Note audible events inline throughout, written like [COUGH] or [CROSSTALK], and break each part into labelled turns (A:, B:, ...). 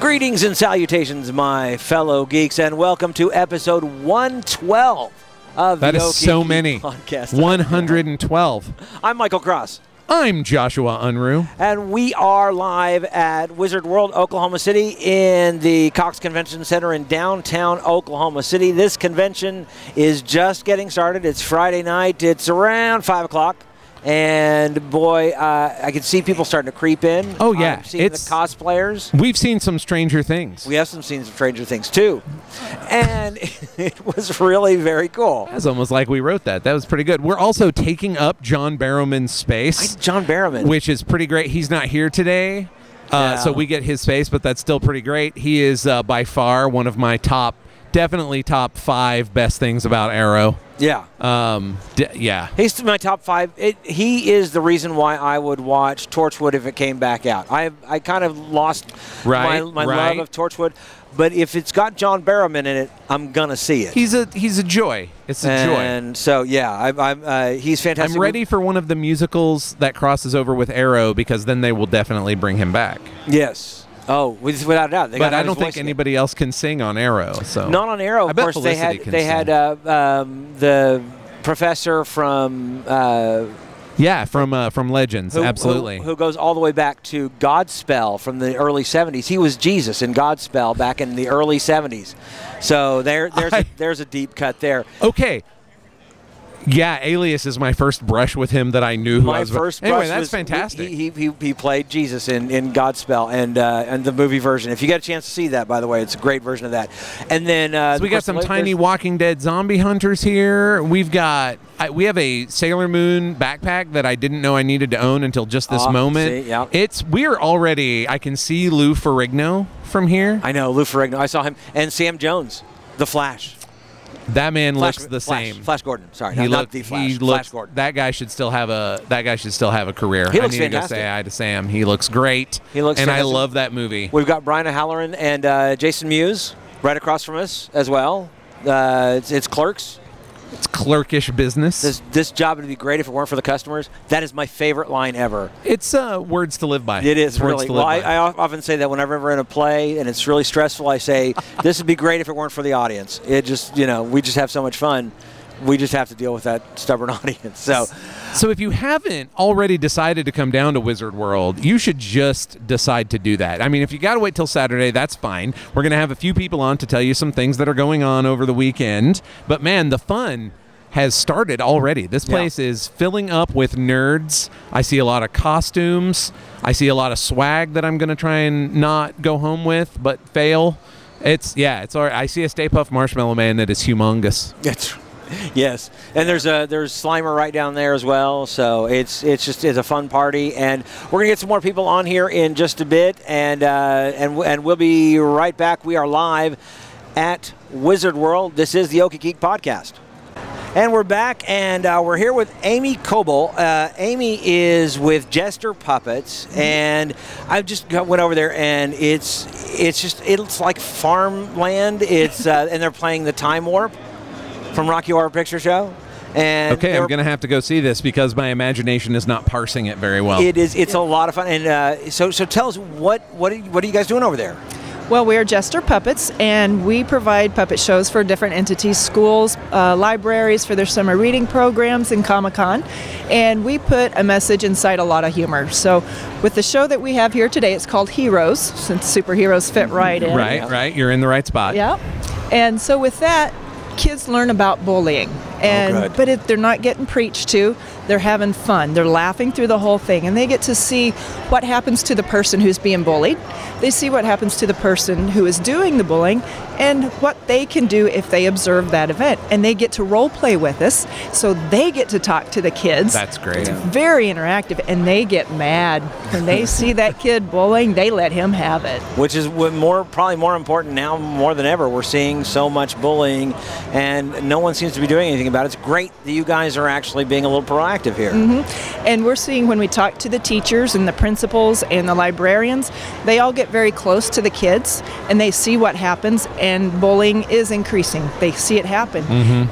A: Greetings and salutations, my fellow geeks, and welcome to episode 112 of
B: That
A: the
B: is
A: OK
B: so
A: Geek
B: many.
A: E podcast.
B: 112.
A: I'm Michael Cross,
B: I'm Joshua Unruh.
A: and we are live at Wizard World, Oklahoma City, in the Cox Convention Center in downtown Oklahoma City. This convention is just getting started. It's Friday night. It's around five o'clock. And boy, uh, I can see people starting to creep in.
B: Oh, yeah.
A: I'm seeing
B: It's-
A: the cosplayers.
B: We've seen some Stranger Things.
A: We have some scenes of Stranger Things too, and [LAUGHS] it was really very cool.
B: That's almost like we wrote that. That was pretty good. We're also taking up John Barrowman's space,
A: John Barrowman.
B: which is pretty great. He's not here today, uh,
A: Yeah.
B: so we get his space, but that's still pretty great. He is uh, by far one of my top, definitely top five best things about Arrow.
A: yeah,
B: Um, d- yeah.
A: he's in my top five. It, he is the reason why I would watch Torchwood if it came back out. I I kind of lost
B: Right,
A: my, my
B: right.
A: love of Torchwood, but if it's got John Barrowman in it, I'm gonna see it.
B: He's a he's a joy. It's a joy.
A: and so yeah, I, I'm uh, he's fantastic.
B: I'm ready for one of the musicals that crosses over with Arrow because then they will definitely bring him back.
A: Yes. Oh, with- without a doubt. They
B: But
A: got
B: I
A: his
B: don't
A: voice
B: think
A: in it.
B: anybody else can sing on Arrow. So
A: Not on Arrow,
B: I
A: of
B: bet
A: course. They
B: Felicity
A: had
B: can
A: they
B: sing.
A: had uh, um, the professor from uh,
B: yeah, from uh, from Legends,
A: who-
B: absolutely.
A: who, who goes all the way back to Godspell from the early '70s. He was Jesus in Godspell back in the early '70s. So there, there's
B: I-
A: a, there's a deep cut there.
B: okay. Yeah, Alias is my first brush with him that I knew who I
A: My
B: was.
A: first
B: anyway,
A: brush
B: that's
A: was-
B: fantastic.
A: He, he, he, he played Jesus in, in Godspell and uh, and the movie version. If you get a chance to see that, by the way, it's a great version of that. And then uh,
B: so we got
A: of course,
B: some
A: there's-
B: tiny Walking Dead zombie hunters here. We've got I, we have a Sailor Moon backpack that I didn't know I needed to own until just this
A: Ah,
B: moment.
A: see, yeah.
B: It's we're already I can see Lou Ferrigno from here.
A: I know Lou Ferrigno. I saw him and Sam Jones, The Flash.
B: That man
A: Flash,
B: looks the
A: Flash,
B: same.
A: Flash Gordon. Sorry,
B: He
A: not, not
B: looked-
A: the Flash.
B: he
A: Flash
B: looks-
A: Gordon.
B: That guy should still have a. That guy should still have a career.
A: He looks
B: I need
A: fantastic.
B: to go say hi to Sam. He looks great.
A: He looks
B: And
A: fantastic.
B: I love that movie.
A: We've got Brian O'Halloran and uh, Jason Mewes right across from us as well. Uh, it's, it's clerks.
B: It's clerkish business.
A: This this job would be great if it weren't for the customers. That is my favorite line ever.
B: it's uh, words to live by.
A: It is
B: It's words
A: really.
B: to
A: Well,
B: live
A: I,
B: by.
A: I of- often say that whenever we're in a play and it's really stressful, I say [LAUGHS] this would be great if it weren't for the audience. It just you know we just have so much fun. We just have to deal with that stubborn [LAUGHS] audience. So
B: so if you haven't already decided to come down to Wizard World, you should just decide to do that. I mean, if you got to wait till Saturday, that's fine. We're gonna have a few people on to tell you some things that are going on over the weekend. But man, the fun has started already. This
A: Yeah.
B: place is filling up with nerds. I see a lot of costumes. I see a lot of swag that I'm going to try and not go home with, but fail. It's yeah, it's all right. I see a Stay Puff Marshmallow Man that is humongous.
A: It's, yes, and there's a there's Slimer right down there as well. So it's it's just it's a fun party, and we're gonna get some more people on here in just a bit, and uh, and w- and we'll be right back. We are live at Wizard World. This is the Okie Geek Podcast. And we're back, and uh, we're here with Amy Coble. Uh, Amy is with Jester Puppets, and I just got, went over there, and it's it's just it's like farmland. It's uh, and they're playing the Time Warp from Rocky Horror Picture Show. And
B: Okay,
A: they
B: I'm
A: were-
B: gonna have to go see this because my imagination is not parsing it very well.
A: It is it's a lot of fun, and uh, so so tell us what what are, you- what are you guys doing over there?
C: Well, we are Jester Puppets, and we provide puppet shows for different entities, schools, uh, libraries for their summer reading programs, and Comic Con. And we put a message inside a lot of humor. So, with the show that we have here today, it's called Heroes, since superheroes fit right in.
B: right, right. You're in the right spot.
C: Yeah. And so with that, kids learn about bullying.
B: Oh,
C: And
A: good.
C: but if they're not getting preached to, they're having fun. They're laughing through the whole thing and they get to see what happens to the person who's being bullied. They see what happens to the person who is doing the bullying and what they can do if they observe that event. And they get to role play with us. So they get to talk to the kids.
B: That's great.
C: It's very interactive and they get mad.
B: [LAUGHS]
C: When they see that kid bullying, they let him have it.
A: which is what more probably more important now more than ever. We're seeing so much bullying, and no one seems to be doing anything about it. It's great that you guys are actually being a little proactive here.
C: And we're seeing when we talk to the teachers and the principals and the librarians, they all get very close to the kids and they see what happens and bullying is increasing. They see it happen.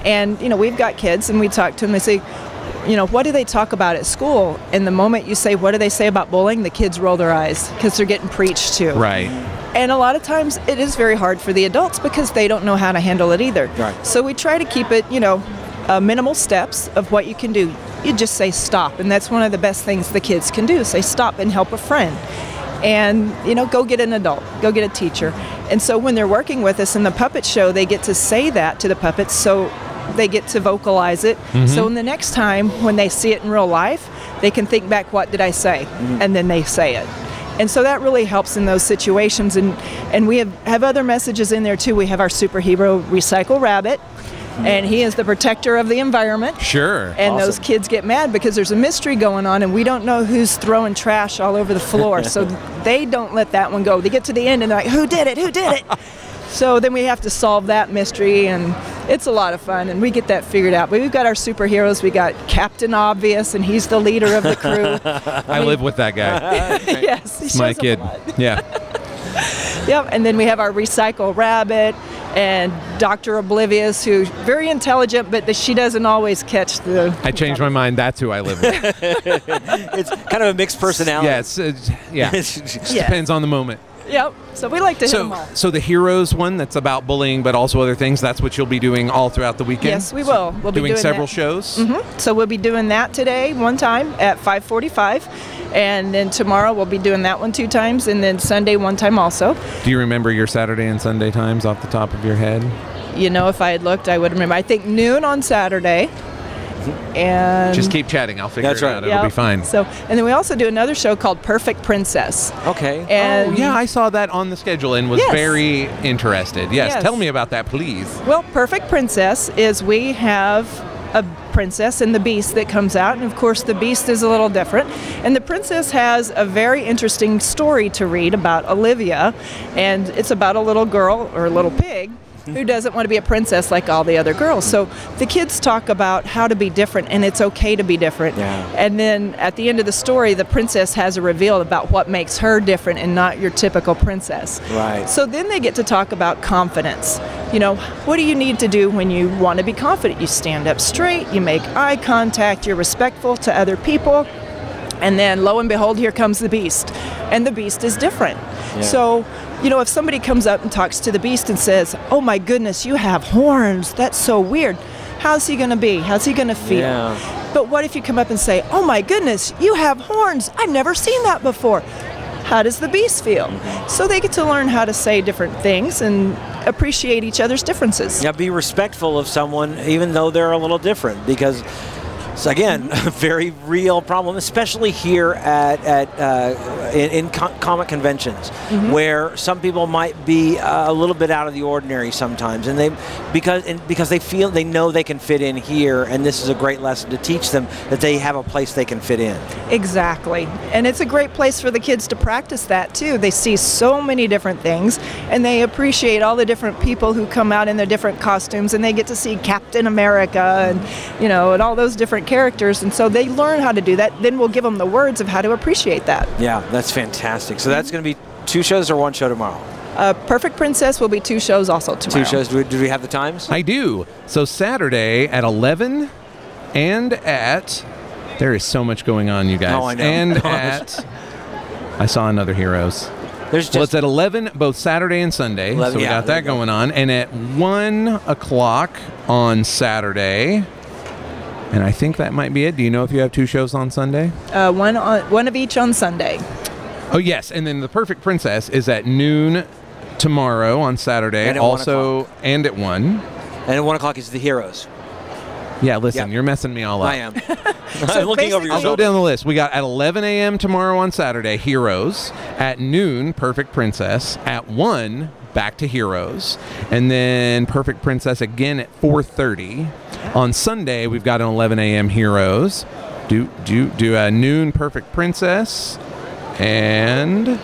C: And you know, we've got kids and we talk to them they say, you know, what do they talk about at school? And the moment you say what do they say about bullying, the kids roll their eyes because they're getting preached to.
B: Right.
C: And a lot of times it is very hard for the adults because they don't know how to handle it either.
A: Right.
C: So we try to keep it, you know, uh, minimal steps of what you can do. You just say stop, and that's one of the best things the kids can do. Say stop and help a friend. And, you know, go get an adult, go get a teacher. And so when they're working with us in the puppet show, they get to say that to the puppets so they get to vocalize it. So in the next time when they see it in real life, they can think back, what did I say? And then they say it. And so that really helps in those situations. And, and we have, have other messages in there too. We have our superhero Recycle Rabbit, and he is the protector of the environment.
B: Sure.
C: And
A: Awesome.
C: those kids get mad because there's a mystery going on, and we don't know who's throwing trash all over the floor. so they don't let that one go. They get to the end and they're like, Who did it? Who did it? so then we have to solve that mystery, and it's a lot of fun, and we get that figured out. But we've got our superheroes. We got Captain Obvious, and he's the leader of the crew. [LAUGHS]
B: I live with that guy.
C: yes, he shows
B: My
C: up a
B: kid.
C: lot.
B: Yeah.
C: Yep, and then we have our recycle rabbit and Dr. Oblivious, who's very intelligent, but that she doesn't always catch the.
B: I changed my mind. That's who I live with.
A: It's kind of a mixed personality.
B: Yeah. It's, it's, yeah. Just
A: Yes. [LAUGHS]
C: Yeah.
B: Depends on the moment.
C: Yep, so we like to hit them
B: So,
C: all.
B: so the heroes one that's about bullying, but also other things. That's what you'll be doing all throughout the weekend.
C: Yes, we will. We'll be
B: doing,
C: doing
B: several
C: that. Mm-hmm.
B: shows.
C: So we'll be doing that today one time at 5:45, and then tomorrow we'll be doing that one two times, and then Sunday one time also.
B: Do you remember your Saturday and Sunday times off the top of your head?
C: You know, if I had looked, I would remember. I think noon on Saturday, and
B: Just keep chatting. I'll figure
A: That's
B: it
A: right.
B: out. It'll be
C: Um, Yep.
B: fine.
C: So, and then we also do another show called Perfect Princess.
A: Okay.
B: Oh,
C: And
B: yeah, I saw that on the schedule and was
C: Yes.
B: very interested. Yes,
C: Yes.
B: tell me about that, please.
C: Well, Perfect Princess is we have a princess and the beast that comes out, and of course, the beast is a little different. And the princess has a very interesting story to read about Olivia, and it's about a little girl or a little pig. Who doesn't want to be a princess like all the other girls? So the kids talk about how to be different, and it's okay to be different.
A: Yeah.
C: And then at the end of the story, the princess has a reveal about what makes her different and not your typical princess.
A: Right.
C: So then they get to talk about confidence. You know, what do you need to do when you want to be confident? You stand up straight, you make eye contact, you're respectful to other people, and then lo and behold, here comes the beast. And the beast is different. So, you know, if somebody comes up and talks to the beast and says, Oh my goodness, you have horns, that's so weird. How's he going to be? How's he going to feel?
A: Yeah.
C: But what if you come up and say, Oh my goodness, you have horns. I've never seen that before. How does the beast feel? So they get to learn how to say different things and appreciate each other's differences.
A: Yeah, be respectful of someone, even though they're a little different, because it's again [LAUGHS] a very real problem, especially here at at uh, in, in co- comic conventions, where some people might be uh, a little bit out of the ordinary sometimes, and they because and because they feel they know they can fit in here, and this is a great lesson to teach them that they have a place they can fit in.
C: Exactly. And it's a great place for the kids to practice that too. They see so many different things and they appreciate all the different people who come out in their different costumes and they get to see Captain America and you know and all those different characters and so they learn how to do that. Then we'll give them the words of how to appreciate that.
A: Yeah, that's fantastic. So that's going to be two shows or one show tomorrow.
C: Uh, Perfect Princess will be two shows also tomorrow.
A: Two shows. Do we, do we have the times?
B: I do. So Saturday at 11 and at there is so much going on, you guys.
A: Oh, I know. [LAUGHS]
B: And at I saw another heroes.
A: There's
B: well,
A: just
B: it's at 11 both Saturday and Sunday.
A: 11,
B: so we
A: yeah,
B: got
A: there
B: that
A: you go.
B: going on. And at 1 o'clock on Saturday. And I think that might be it. Do you know if you have two shows on Sunday?
C: Uh, one on one of each on Sunday.
B: Oh yes, and then the Perfect Princess is at noon tomorrow on Saturday.
A: And at one
B: also,
A: o'clock.
B: and at one.
A: and at one o'clock is the heroes.
B: Yeah, listen,
A: Yeah.
B: you're messing me all up.
A: I am. [LAUGHS] I'm looking over your
B: I'll
C: basically-
B: go
A: shoulder.
B: down the list. We got at 11 a.m. tomorrow on Saturday, Heroes. At noon, Perfect Princess. At 1, back to Heroes. And then Perfect Princess again at 4.30. On Sunday, we've got an 11 a.m. Heroes. Do, do, do a noon Perfect Princess. And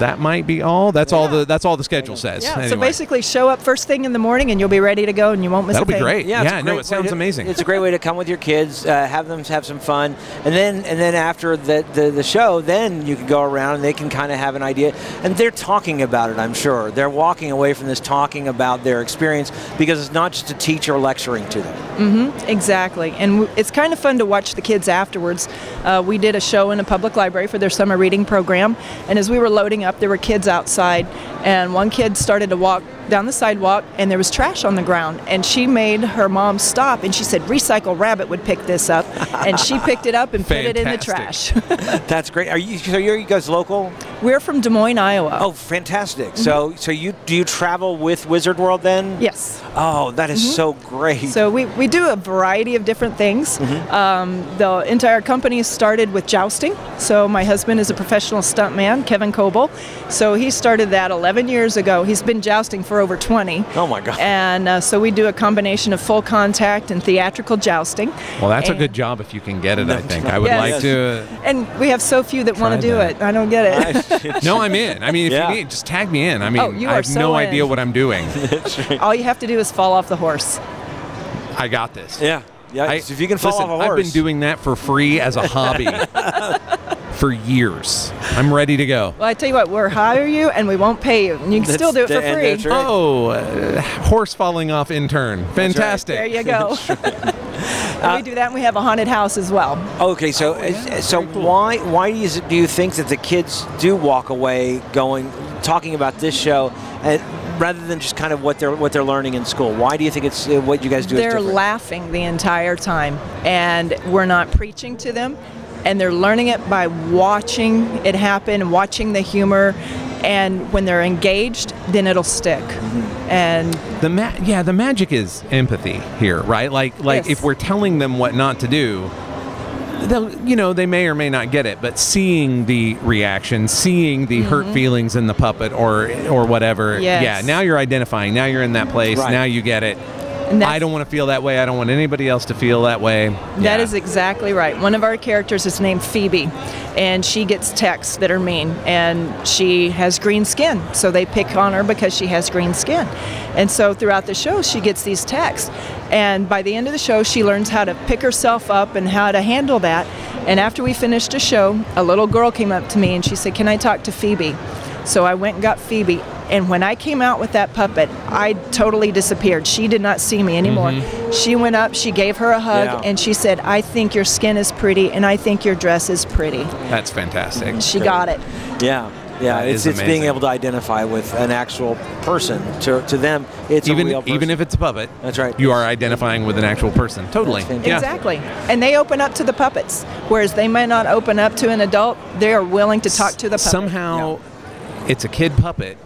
B: that might be all. That's all the that's all the schedule says.
C: Yeah. So
B: Anyway.
C: basically, show up first thing in the morning and you'll be ready to go and you won't miss
B: That'll
C: a
B: be
C: thing.
B: great.
A: Yeah, it's a
B: no,
A: great
B: it
A: way
B: sounds
A: to-
B: amazing.
A: It's a great way to come with your kids, uh, have them have some fun, and then and then after the, the, the show, then you can go around and they can kind of have an idea. And they're talking about it, I'm sure. They're walking away from this talking about their experience because it's not just a teacher lecturing to them.
C: Exactly. And w- it's kind of fun to watch the kids afterwards. Uh, we did a show in a public library for their summer reading program. And as we were loading up, up, there were kids outside, and one kid started to walk down the sidewalk, and there was trash on the ground. And she made her mom stop, and she said, "Recycle Rabbit would pick this up," and she picked it up and put it in the trash.
B: Fantastic.
A: That's great. Are you? So are you guys local?
C: [LAUGHS] we're from Des Moines, Iowa.
A: Oh, fantastic. So, so you do you travel with Wizard World then?
C: yes.
A: Oh, that is so great. [LAUGHS]
C: So we, we do a variety of different things.
A: Mm-hmm.
C: Um, the entire company started with jousting. So my husband is a professional stuntman, Kevin Coble. So he started that 11 years ago. He's been jousting for over 20.
A: Oh my God.
C: And uh, so we do a combination of full contact and theatrical jousting.
B: Well, that's a
C: And-
B: good job if you can get it. I think I would
C: Yes.
B: like to. uh,
C: And we have so few that want
B: Try
C: to do
B: that.
C: it. I don't get it.
B: No, I'm in. I mean, if
A: Yeah.
B: you need, just tag me in. I mean,
C: Oh, you
B: I
C: are
B: have
C: so
B: no
C: in.
B: idea what
A: [LAUGHS]
B: I'm doing.
C: All you have to do is fall off the horse.
B: I got this.
A: yeah, yeah.
B: [LAUGHS] I,
A: if you can fall
B: listen,
A: off a horse,
B: I've been doing that for free as a hobby
A: [LAUGHS]
B: for years. I'm ready to go.
C: Well, I tell you what, we'll hire you and we won't pay you. And you can
A: That's
C: still do it
A: the-
C: for
A: and
C: free.
A: that's right.
B: Oh, uh, horse falling off in turn. Fantastic.
C: There you
A: [LAUGHS]
C: go. And
A: Uh,
C: we do that and we have a haunted house as well.
A: Okay, so
B: Oh, yeah,
A: so
B: very cool.
A: why why is it, do you think that the kids do walk away going talking about this show and rather than just kind of what they're what they're learning in school? Why do you think it's uh, what you guys do? is
C: they're
A: different?
C: laughing the entire time and we're not preaching to them and they're learning it by watching it happen and watching the humor and when they're engaged then it'll stick
A: Mm-hmm.
C: and
B: the ma- yeah the magic is empathy here right like like
C: Yes.
B: if we're telling them what not to do they'll you know they may or may not get it but seeing the reaction seeing the hurt feelings in the puppet or or whatever
C: Mm-hmm. Yes.
B: yeah now you're identifying now you're in that place
A: Right.
B: now you get it
C: And that's-
B: i don't want to feel that way i don't want anybody else to feel that way
C: That is exactly right. One of our characters is named Phoebe, and she gets texts that are mean, and she has green skin. So they pick on her because she has green skin. And so throughout the show, she gets these texts. And by the end of the show, she learns how to pick herself up and how to handle that. And after we finished a show, a little girl came up to me and she said, Can I talk to Phoebe? So I went and got Phoebe. And when I came out with that puppet, I totally disappeared. She did not see me anymore. She went up, she gave her a hug,
A: Yeah.
C: and she said, I think your skin is pretty and I think your dress is pretty.
B: that's fantastic
C: She got it.
A: Yeah, yeah.
B: That
A: It's,
B: is
A: it's being
B: amazing.
A: able to identify with an actual person. To, to them, it's a
B: even
A: real person.
B: even if it's a puppet
A: That's right.
B: you are identifying with an actual person totally
A: That's
B: yeah
C: Exactly. And they open up to the puppets. Whereas they may not open up to an adult, they are willing to talk to the puppet.
B: somehow it's a kid puppet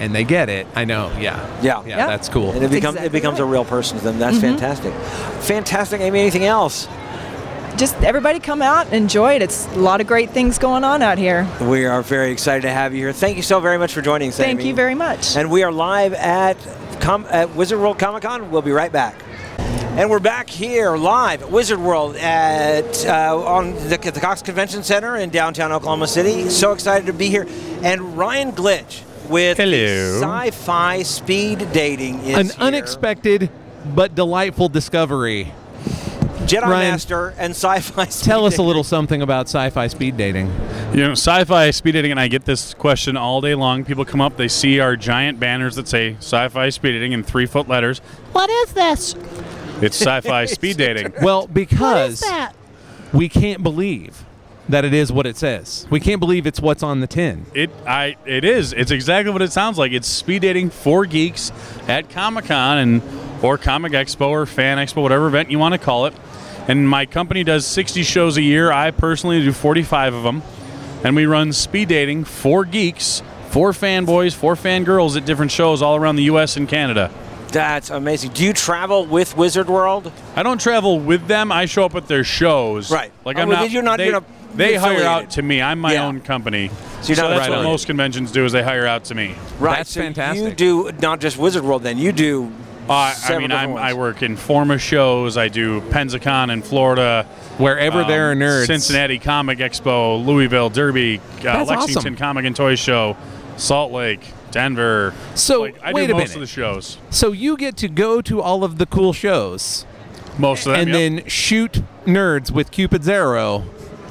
B: and they get it i know yeah
A: Yeah.
B: yeah,
C: Yeah.
B: that's cool
A: and it
C: That's
A: becomes it
C: exactly
A: becomes a
C: right. Mm-hmm.
A: real person to them. That's fantastic, fantastic. Amy, anything else?
C: Just everybody come out and enjoy it. It's a lot of great things going on out here.
A: We are very excited to have you here. Thank you so very much for joining us.
C: Thank
A: Amy.
C: you very much.
A: And we are live at Com- at Wizard World Comic Con. We'll be right back. And we're back here live at Wizard World at uh, on the, at the Cox Convention Center in downtown Oklahoma City. So excited to be here. And Ryan Glitch with
B: Hello.
A: Sci-Fi Speed Dating is
B: an
A: here.
B: unexpected but delightful discovery
A: Jedi
B: Ryan,
A: Master and Sci-Fi. Speed
B: tell us a
A: Dating.
B: little something about sci-fi speed dating
D: You know, sci-fi speed dating, and I get this question all day long. People come up, they see our giant banners that say "sci-fi speed dating" in three-foot letters.
E: What is this?
D: It's
E: [LAUGHS]
D: sci-fi speed dating.
B: well
E: What is
B: because
E: that?
B: we can't believe that it is what it says we can't believe it's what's on the tin
D: It, I, it is. It's exactly what it sounds like. It's speed dating for geeks at Comic Con and or Comic Expo or Fan Expo, whatever event you want to call it. And my company does 60 shows a year. I personally do 45 of them, and we run speed dating for geeks, for fanboys, for fangirls at different shows all around the U.S. and Canada.
A: That's amazing. Do you travel with Wizard World?
D: I don't travel with them. I show up at their shows.
A: Right.
D: Like
A: Oh,
D: I'm
A: well,
D: not.
A: you're not-
D: They,
A: you're not
D: they hire
A: affiliated.
D: out to me. I'm my
A: Yeah.
D: own company.
A: So you're not
D: that's what
A: affiliated.
D: most conventions do is they hire out to me.
A: Right.
B: That's
A: so You
B: fantastic.
A: do not just Wizard World. Then you do.
D: Uh, I
A: several
D: mean,
A: different
D: I'm, I
A: ones.
D: work in Forma shows. I do Pensacon in Florida.
B: wherever
D: um,
B: there are nerds
D: Cincinnati Comic Expo, Louisville, Derby, uh,
B: That's
D: Lexington
B: awesome.
D: Comic and Toy Show, Salt Lake, Denver.
B: So,
D: Like, I
B: wait a
D: do most
B: minute.
D: of the shows.
B: so you get to go to all of the cool shows
D: Most of them.
B: and
D: yep.
B: then shoot nerds with cupid's arrow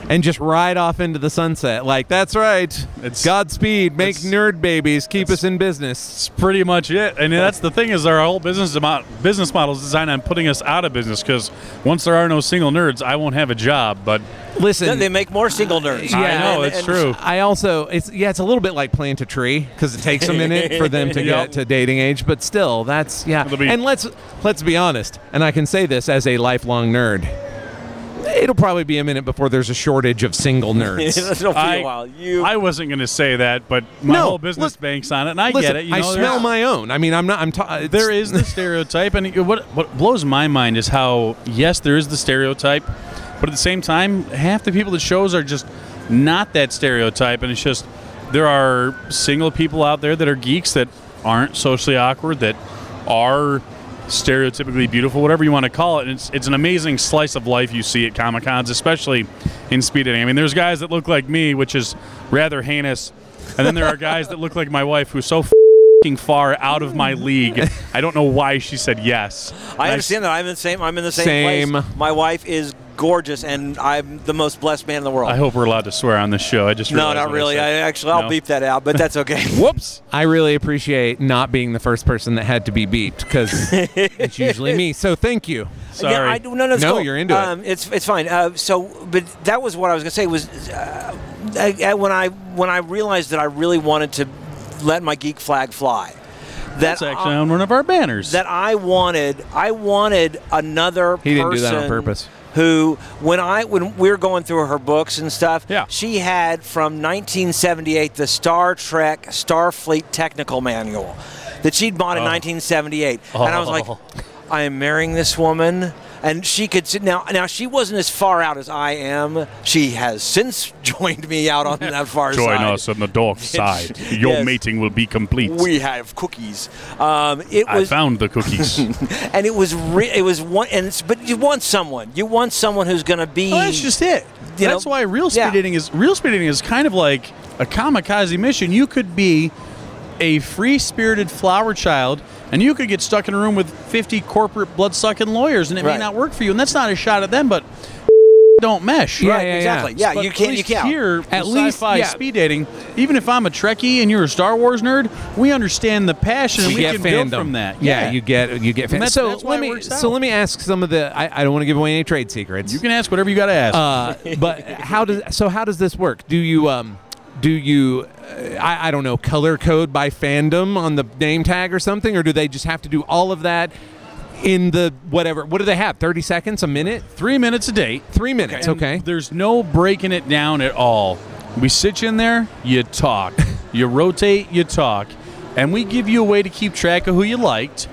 B: and just ride off into the sunset. Like, that's right.
D: It's-
B: Godspeed. Make
D: it's-
B: nerd babies. Keep us in business.
D: That's pretty much it. And that's the thing is our whole business about business model is designed on putting us out of business because once there are no single nerds, I won't have a job. But
B: Listen.
A: they make more single nerds.
B: I
D: I know
A: And-
D: it's
A: and-
D: true.
B: I also it's yeah it's a little bit like plant a tree because it takes a minute
D: [LAUGHS]
B: for them to
D: Yep.
B: get to dating age, but still that's yeah.
D: It'll be-
B: and let's let's be honest, and I can say this as a lifelong nerd, it'll probably be a minute before there's a shortage of
D: [LAUGHS]
B: single nerds.
A: [LAUGHS] It'll be
D: I,
A: a while. You,
D: I wasn't going to say that, but my
B: No,
D: whole business
B: look-
D: banks on it, and I
B: Listen,
D: get it. You know,
B: I smell
D: there's-
B: my own. I mean, I'm not. I'm. Ta-
D: There is the stereotype, and it- what what blows my mind is how yes, there is the stereotype, but at the same time, half the people that shows are just not that stereotype, and it's just there are single people out there that are geeks that aren't socially awkward that are stereotypically beautiful, whatever you want to call it. And it's, it's an amazing slice of life you see at Comic Cons, especially in speed dating. I mean, there's guys that look like me, which is rather heinous, and then there are guys that look like my wife, who's so f***ing far out of my league. I don't know why she said yes.
A: I understand that. I'm in the same. I'm in the same,
B: Same.
A: place. My wife is gorgeous, and I'm the most blessed man in the world.
D: I hope we're allowed to swear on this show. I just
A: no,
D: realized
A: not
D: what
A: really. I
D: said.
A: actually, I'll
D: No.
A: beep that out, but that's okay.
D: [LAUGHS] Whoops.
B: I really appreciate not being the first person that had to be beeped because it's usually me. So thank you.
D: Sorry.
A: Yeah, I do. No, no, it's
B: No,
A: cool.
B: you're into it.
A: um, It's it's fine. Uh, so, but that was what I was gonna say was uh, I, I- when I when I realized that I really wanted to let my geek flag fly. That
D: That's actually on one of our banners.
A: um, that I wanted. I wanted another.
B: He didn't do that on
A: person
B: purpose.
A: Who, when I when we were going through her books and stuff,
D: Yeah.
A: she had from 1978 the Star Trek Starfleet Technical Manual that she'd bought in 1978, and I was like,
D: Oh.
A: I am marrying this woman. And she could sit now. Now she wasn't as far out as I am. She has since [LAUGHS] joined me out on that far
D: Join
A: side.
D: us on the
A: [LAUGHS]
D: dark side. Your
A: Yes.
D: mating will be complete.
A: We have cookies. Um, it
D: I
A: was
D: found the
A: [LAUGHS]
D: cookies.
A: and it was re- it was one and it's, but you want someone you want someone who's going to be
D: Well,
B: E.
D: that's just it.
A: You
D: that's
A: know?
D: why real speed
A: Yeah.
D: dating is real speed dating is kind of like a kamikaze mission. You could be a free spirited flower child, and you could get stuck in a room with fifty corporate bloodsucking lawyers, and it may
A: Right.
D: not work for you. And that's not a shot at them, but [LAUGHS] don't mesh.
B: Yeah,
A: right
B: yeah, yeah.
A: exactly yeah,
D: But
A: you
D: at
A: can't you
D: least
A: can't
D: Here,
B: At
D: at
B: least-
D: least sci-fi
B: yeah.
D: speed dating. Even if I'm a Trekkie and you're a Star Wars nerd, we understand the passion and we can build from that.
B: Yeah, you get you get fandom.
D: that's-
B: so
D: that's why
B: let
D: it
B: me
D: works
B: so
D: out.
B: let me ask some of the. I, I don't want to give away any trade secrets.
D: you can ask whatever you got to ask.
B: Uh, but how does so how does this work? Do you um do you uh, I, I don't know color code by fandom on the name tag or something, or do they just have to do all of that in the whatever? What do they have? Thirty seconds, a minute,
D: Three minutes a date.
B: three minutes?
D: And
B: Okay.
D: There's no breaking it down at all. We sit you in there,
B: [LAUGHS]
D: you talk. you rotate, you talk. And we give you a way to keep track of who you liked.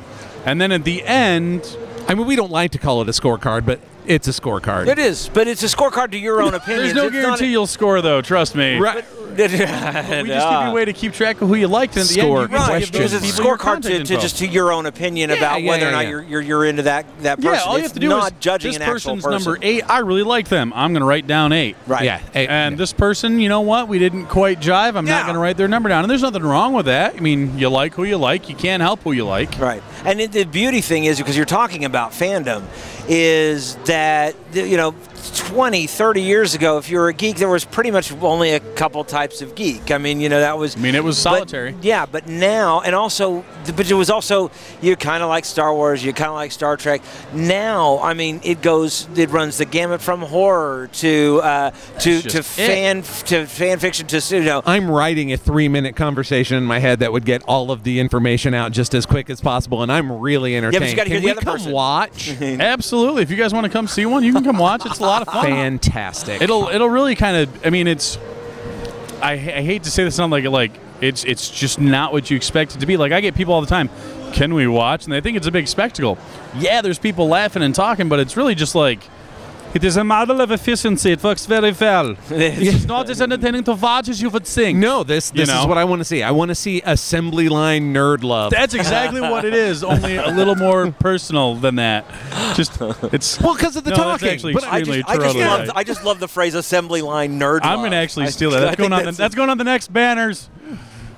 D: And then at the end,
B: I mean, we don't like to call it a scorecard, but it's a scorecard.
A: it is but it's a scorecard to your own opinion
D: there's no guarantee you'll score, though, trust me.
B: Right.
A: [LAUGHS] we
D: [LAUGHS] We just give you a way to keep track of who you liked. And at the end,
B: Score
D: you get to give
A: Right, because
D: those
A: it's a
D: people your
A: scorecard to,
D: contact
A: to
D: info.
A: just to your own opinion
B: Yeah,
A: about
B: yeah,
A: whether or
B: yeah,
A: not
B: yeah.
A: You're, you're you're into that that person.
D: Yeah, all you
A: it's
D: have to do
A: not
D: is
A: judging
D: this
A: an actual
D: person's
A: person.
D: number eight. I really like them. I'm going to write down eight.
A: Right.
B: Yeah. Hey,
D: And this person, you know what? We didn't quite jive. I'm not
A: No.
D: going to write their number down. And there's nothing wrong with that. I mean, you like who you like. You can't help who you like.
A: Right. And it, the beauty thing is, because you're talking about fandom, is that, th- you know, 20, 30 years ago, if you were a geek, there was pretty much only a couple types of geek. I mean, you know, that was. I
D: mean, it was solitary.
A: yeah, but now, and also, th- but it was also, you kind of like Star Wars, you kind of like Star Trek. Now, I mean, it goes, it runs the gamut from horror to, uh, to, to
D: just it.
A: fan, to fan fiction to, you know,
B: I'm writing a three minute conversation in my head that would get all of the information out just as quick as possible, and I'm really entertained.
A: you gotta
B: Can
A: hear the
B: we
A: other
B: come
A: person. [LAUGHS]
B: watch?
D: Absolutely. If you guys want to come see one, you can come watch. It's a lot of
B: Ah.
D: fun.
B: Fantastic.
D: It'll it'll really kind of. I mean, it's. I, ha- I hate to say this, sound like it, like it's it's just not what you expect it to be. Like I get people all the time, can we watch? And they think it's a big spectacle. Yeah, there's people laughing and talking, but it's really just like. It is a model of efficiency. It works very
A: [LAUGHS]
D: well. It's not as entertaining to watch as you would think.
B: No, this
D: You
B: this is
D: know?
B: what I want to see. I want to see assembly line nerd love.
D: That's exactly what it is, only a
A: [LAUGHS]
D: little more personal than that. Just it's
B: well, because of the
D: No, that's
B: talking.
D: actually
B: but I-
A: I
D: Really,
A: just, I, just
D: totally
A: love,
D: right.
A: I just love the phrase assembly line nerd.
D: I'm
A: love.
D: gonna actually
A: I-
D: steal that.
A: I
D: That's
A: think
D: going on. The,
A: that's-
D: that's going on the next banners.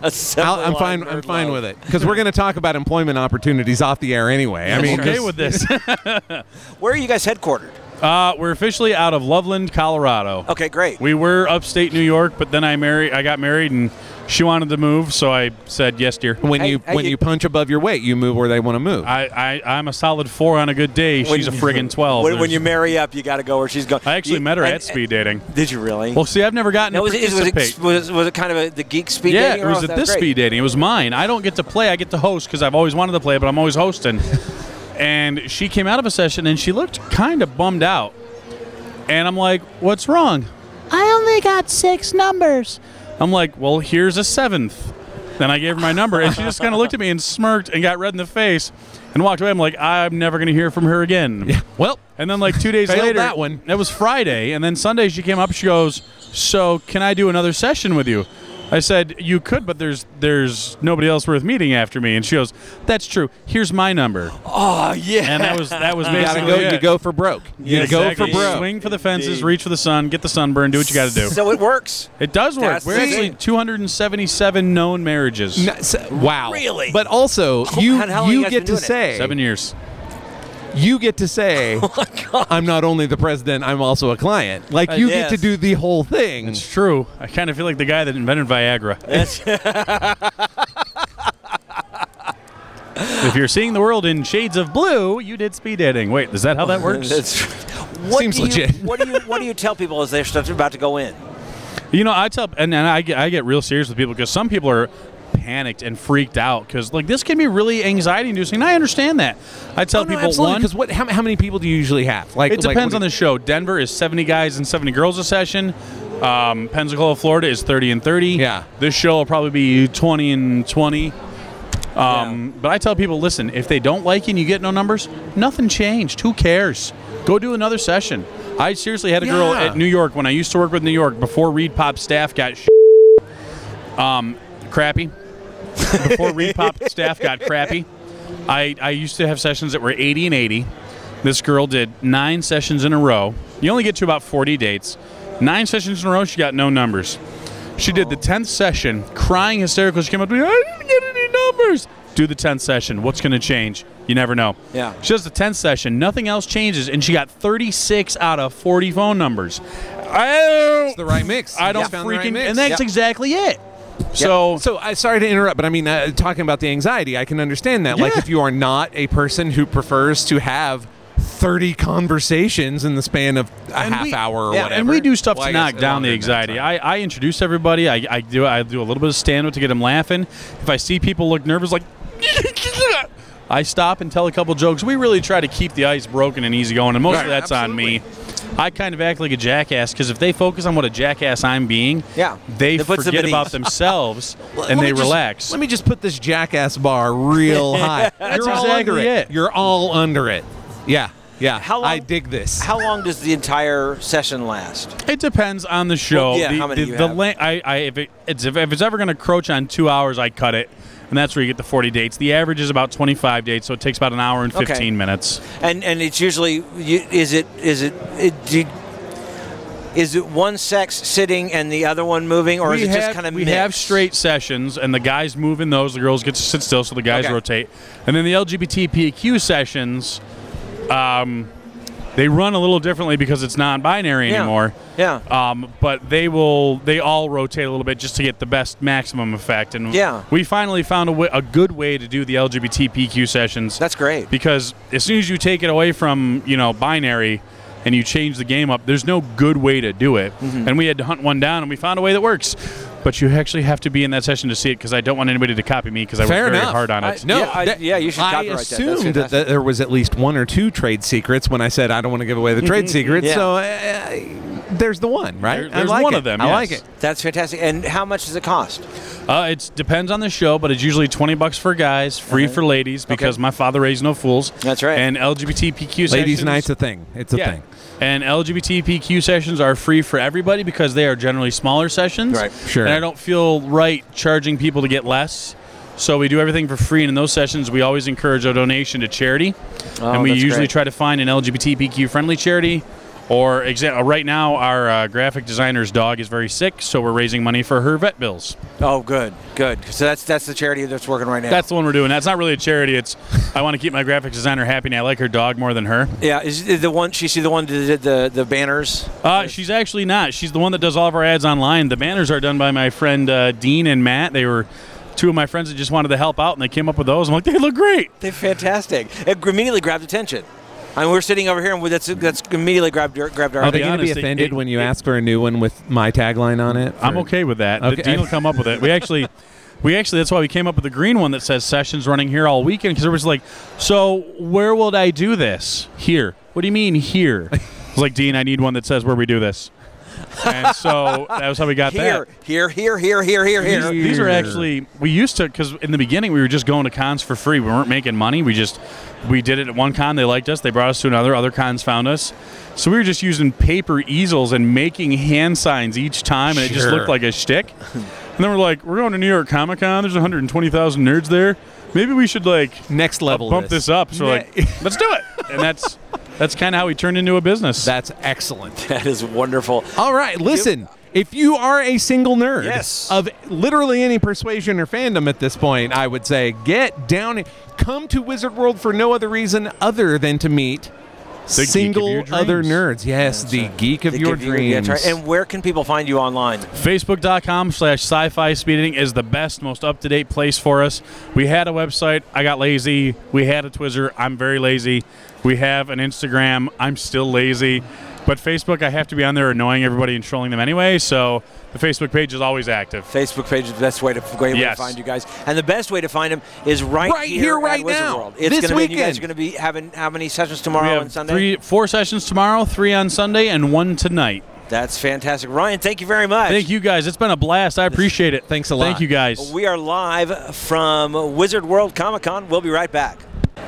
B: I'll- I'm fine. I'm fine with it because we're going to talk about employment opportunities off the air anyway. I mean,
D: okay
B: just-
D: with this.
A: Where are you guys headquartered?
D: Uh, we're officially out of Loveland, Colorado.
A: Okay, great.
D: We were upstate New York, but then I married. I got married, and she wanted to move, so I said yes, dear.
B: When
A: Hey,
B: you
A: hey,
B: when
A: you-
B: you punch above your weight, you move where they want to move.
D: I, I I'm a solid four on a good day. She's a friggin'
A: [LAUGHS]
D: twelve.
A: When, when
D: There's-
A: you marry up, you got to go where she's going.
D: I actually
A: You-
D: met her
A: and-
D: at speed dating.
A: Did you really?
D: Well, see, I've never gotten
A: no,
D: to
A: was it, was,
D: participate.
A: it, was, it- was it kind of a, the geek speed
D: yeah,
A: dating?
D: it
A: or
D: was
A: else?
D: at
A: That
D: this
A: great.
D: speed dating. It was mine. I don't get to play. I get to host because I've always wanted to play, but I'm
A: [LAUGHS]
D: always hosting. and she came out of a session and she looked kind of bummed out. And I'm like, "What's wrong?" I only got six numbers. I'm like, "Well, here's a seventh. Then I gave her my number, and she just kind of looked at me and smirked and got red in the face and walked away. I'm like, "I'm never going to hear from her again."
B: well,
D: And then like two days
B: Failed
D: later,
B: that one.
D: That was Friday, and then Sunday she came up. She goes, "So can I do another session with you?" I said, "You could, but there's there's nobody else worth meeting after me." And she goes, "That's true. Here's my number."
A: Oh, yeah. [LAUGHS]
D: And that was that was
B: you gotta
D: basically
B: go.
D: it.
B: You go for broke. You
D: Exactly.
B: go for broke.
D: Swing for the fences,
A: Indeed.
D: reach for the sun, get the sunburn, do what you got to do.
A: So it
D: [LAUGHS]
A: works.
D: it does work.
A: That's
D: We're
A: the
D: actually
A: thing.
D: 277 known marriages.
B: No, so- wow.
A: Really?
B: But also, you
A: how long you
B: you
A: guys
B: get
A: been
B: to
A: doing
B: say
D: Seven years.
B: you get
A: [LAUGHS]
B: to say
A: Oh
B: I'm not only the president, I'm also a client. Like you
A: yes.
B: get to do the whole thing.
D: It's true. I kind of feel like the guy that invented Viagra. [LAUGHS] if you're seeing the world in shades of blue, you did speed dating. Wait, is that
B: [LAUGHS]
D: how that works?
A: That's- what
B: Seems
A: do you-
B: legit.
A: What do you What do you tell people as they're stuff about to go in?
D: you know, I tell, and, and I, get, I get real serious with people because some people are panicked and freaked out because like this can be really anxiety inducing. I understand that. I tell
B: Oh, no,
D: people
B: absolutely.
D: one.
B: Because what? How, how many people do you usually have? Like
D: It
B: like,
D: depends
B: what
D: on
B: do
D: the
B: you-
D: show. Denver is 70 guys and 70 girls a session. Um, Pensacola, Florida is 30 and 30.
B: Yeah.
D: This show will probably be 20 and 20. Um, But I tell people, listen, if they don't like you and you get no numbers, nothing changed. Who cares? Go do another session. I seriously had a girl
B: Yeah.
D: at New York when I used to work with New York before Reed Pop staff got sh- um, crappy. [LAUGHS] Before Reed Pop staff got crappy, I, I used to have sessions that were 80 and 80. This girl did nine sessions in a row. You only get to about 40 dates. Nine sessions in a row, she got no numbers. She did the 10th session, crying hysterical. She came up to me, I didn't get any numbers. Do the 10th session. What's going to change? You never know.
A: Yeah.
D: She does the 10th session. Nothing else changes. And she got 36 out of 40 phone numbers. I
B: the right mix.
D: I
B: You
D: don't
B: just found the
D: freaking.
B: right mix.
D: and that's
B: Yeah.
D: exactly it. So,
B: So I sorry to interrupt, but I mean, uh, talking about the anxiety, I can understand that. Like,
D: Yeah.
B: if you are not a person who prefers to have thirty conversations in the span of a
D: and
B: half
D: we-
B: hour or
A: yeah,
B: whatever,
D: And we do stuff
B: Well, I
D: to
B: guess
D: knock down
B: longer
D: the
B: than that,
D: anxiety.
B: sorry.
D: I, I introduce everybody. I, I do I do a little bit of stand up to get them laughing. If I see people look nervous, like [LAUGHS] I stop and tell a couple jokes. We really try to keep the ice broken and easy going, and most of
B: Right,
D: that's on me. I kind of act like a jackass because if they focus on what a jackass I'm being,
A: Yeah.
D: they
A: That puts them
D: forget
A: at
D: about
A: ease.
B: [LAUGHS]
D: themselves and
B: Let
D: they
B: me just-
D: relax.
B: Let me just put this jackass bar
D: [LAUGHS]
B: real high.
D: That's
B: You're all under
D: exactly it.
B: You're all under it. Yeah, yeah.
A: How
B: I
A: long-
B: dig this.
A: How long does the entire session last?
D: It depends on the show.
A: Well, yeah,
D: the,
A: how many
D: the,
A: you
D: the
A: have.
D: length- I, I, if, it, it's, if, if it's ever going to croach on two hours, I cut it, and that's where you get the forty dates. The average is about twenty-five dates, so it takes about an hour and
A: Okay.
D: fifteen minutes.
A: And and it's usually you, is it is it, it do you- is it one sex sitting and the other one moving, or is it just
D: have-
A: kind of
D: we have straight sessions, and the guys move in those. The girls get to sit still, so the guys
A: Okay.
D: rotate. And then the LGBTQ sessions, um, they run a little differently because it's non-binary
A: Yeah.
D: anymore.
A: Yeah.
D: Um, but they will they all rotate a little bit just to get the best maximum effect. And
A: Yeah.
D: we finally found a wa- a good way to do the LGBTQ sessions.
A: That's great.
D: because as soon as you take it away from you know binary and you change the game up there's no good way to do it
A: Mm-hmm.
D: and we had to hunt one down and we found a way that works but you actually have to be in that session to see it because i don't want anybody to copy me because i
B: Fair
D: work very
B: enough.
D: hard on it
B: I- no,
A: Yeah, I-
B: that-
A: yeah, you should
B: I
A: copyright that. That's
B: assumed that,
A: fantastic.
B: there was at least one or two trade secrets when I said I don't want to give away the
D: [LAUGHS]
B: trade secrets.
A: Yeah.
B: So uh, there's the one, right?
D: There-
B: I
D: there's
B: like
D: one
B: it.
D: of them,
B: I like
D: yes.
B: it.
A: That's fantastic. And how much does it cost?
D: Uh, it depends on the show, but it's usually twenty bucks for guys, free for ladies because my father raised no fools.
A: That's right.
D: And
B: Ladies'
D: LGBTQ sessions-
B: night's a thing. It's a
D: yeah.
B: thing.
D: And LGBTQ sessions are free for everybody because they are generally smaller sessions.
A: Right.
B: Sure.
D: And I don't feel right charging people to get less. So we do everything for free, and in those sessions, we always encourage a donation to charity,
A: Oh,
D: and we
A: that's
D: usually
A: great.
D: try to find an LGBTQ friendly charity Or exa- right now, our uh, graphic designer's dog is very sick, so we're raising money for her vet bills.
A: Oh, good, good. So that's that's the charity that's working right now.
D: That's the one we're doing. That's not really a charity. It's I want to keep my graphic designer happy, and I like her dog more than her.
A: yeah. Is is the one she see the one that did the the banners?
D: Uh, she's actually not. She's the one that does all of our ads online. The banners are done by my friend uh, Dean and Matt. They were two of my friends that just wanted to help out, and they came up with those. I'm like, they look great.
A: They're fantastic. It immediately grabbed attention. I mean, we're sitting over here, and that's that's immediately grabbed your- grabbed our.
D: I'll
B: Are they going to be
D: honest, it-
B: offended
D: it-
B: when you
D: it-
B: ask for a new one with my tagline on it?
D: I'm
B: Or-
D: okay with that.
B: Okay.
D: Dean will come up with it. We [LAUGHS] actually, we actually, that's why we came up with the green one that says sessions running here all weekend because everybody's like, so where would I do this? Here. What do you mean [LAUGHS] here? I was like, Dean, I need one that says where we do this. And so that was how we got
A: here,
D: that.
A: here, here, here, here, here,
D: These,
A: here.
D: these are
B: Here.
D: actually we used to because in the beginning we were just going to cons for free. We weren't making money. We just we did it at one con. They liked us. They brought us to another. Other cons found us. So we were just using paper easels and making hand signs each time, and it just
B: Sure.
D: looked like a shtick. and then we're like, we're going to New York Comic Con. There's 120,000 nerds there. Maybe we should like
B: Next level.
D: bump this up. So we're like, let's do it. And that's that's kind of how we turned into a business.
B: [LAUGHS] That's excellent.
A: That is wonderful.
B: All right, listen. If you are a single nerd
A: Yes.
B: of literally any persuasion or fandom at this point, I would say get down and come to Wizard World for no other reason other than to meet
D: geek of
B: single
D: your dreams.
B: other nerds. Yes, the geek of
A: They
B: your
A: give you-
B: dreams.
A: that's right. And where can people find you online?
D: Facebook.com slash sci fi speed dating is the best, most up to date place for us. We had a website. I got lazy. We had a Twizzler. I'm very lazy. We have an Instagram. I'm still lazy. But Facebook, I have to be on there annoying everybody and trolling them anyway. So the Facebook page is always active.
A: Facebook page is the best way to great way
D: Yes.
A: to find you guys, and the best way to find them is right,
B: Right here,
A: at
B: right
A: Wizard
B: now.
A: World. It's
B: This
A: gonna Be, you guys
B: weekend.
A: are going to be having how many sessions tomorrow
D: We
A: and
D: have
A: Sunday?
D: three, four sessions tomorrow, three on Sunday, and one tonight.
A: That's fantastic, Ryan. Thank you very much.
D: Thank you guys. It's been a blast. I appreciate it.
B: Thanks a
D: Thank
B: lot.
D: you guys.
A: We are live from Wizard World Comic Con. We'll be right back.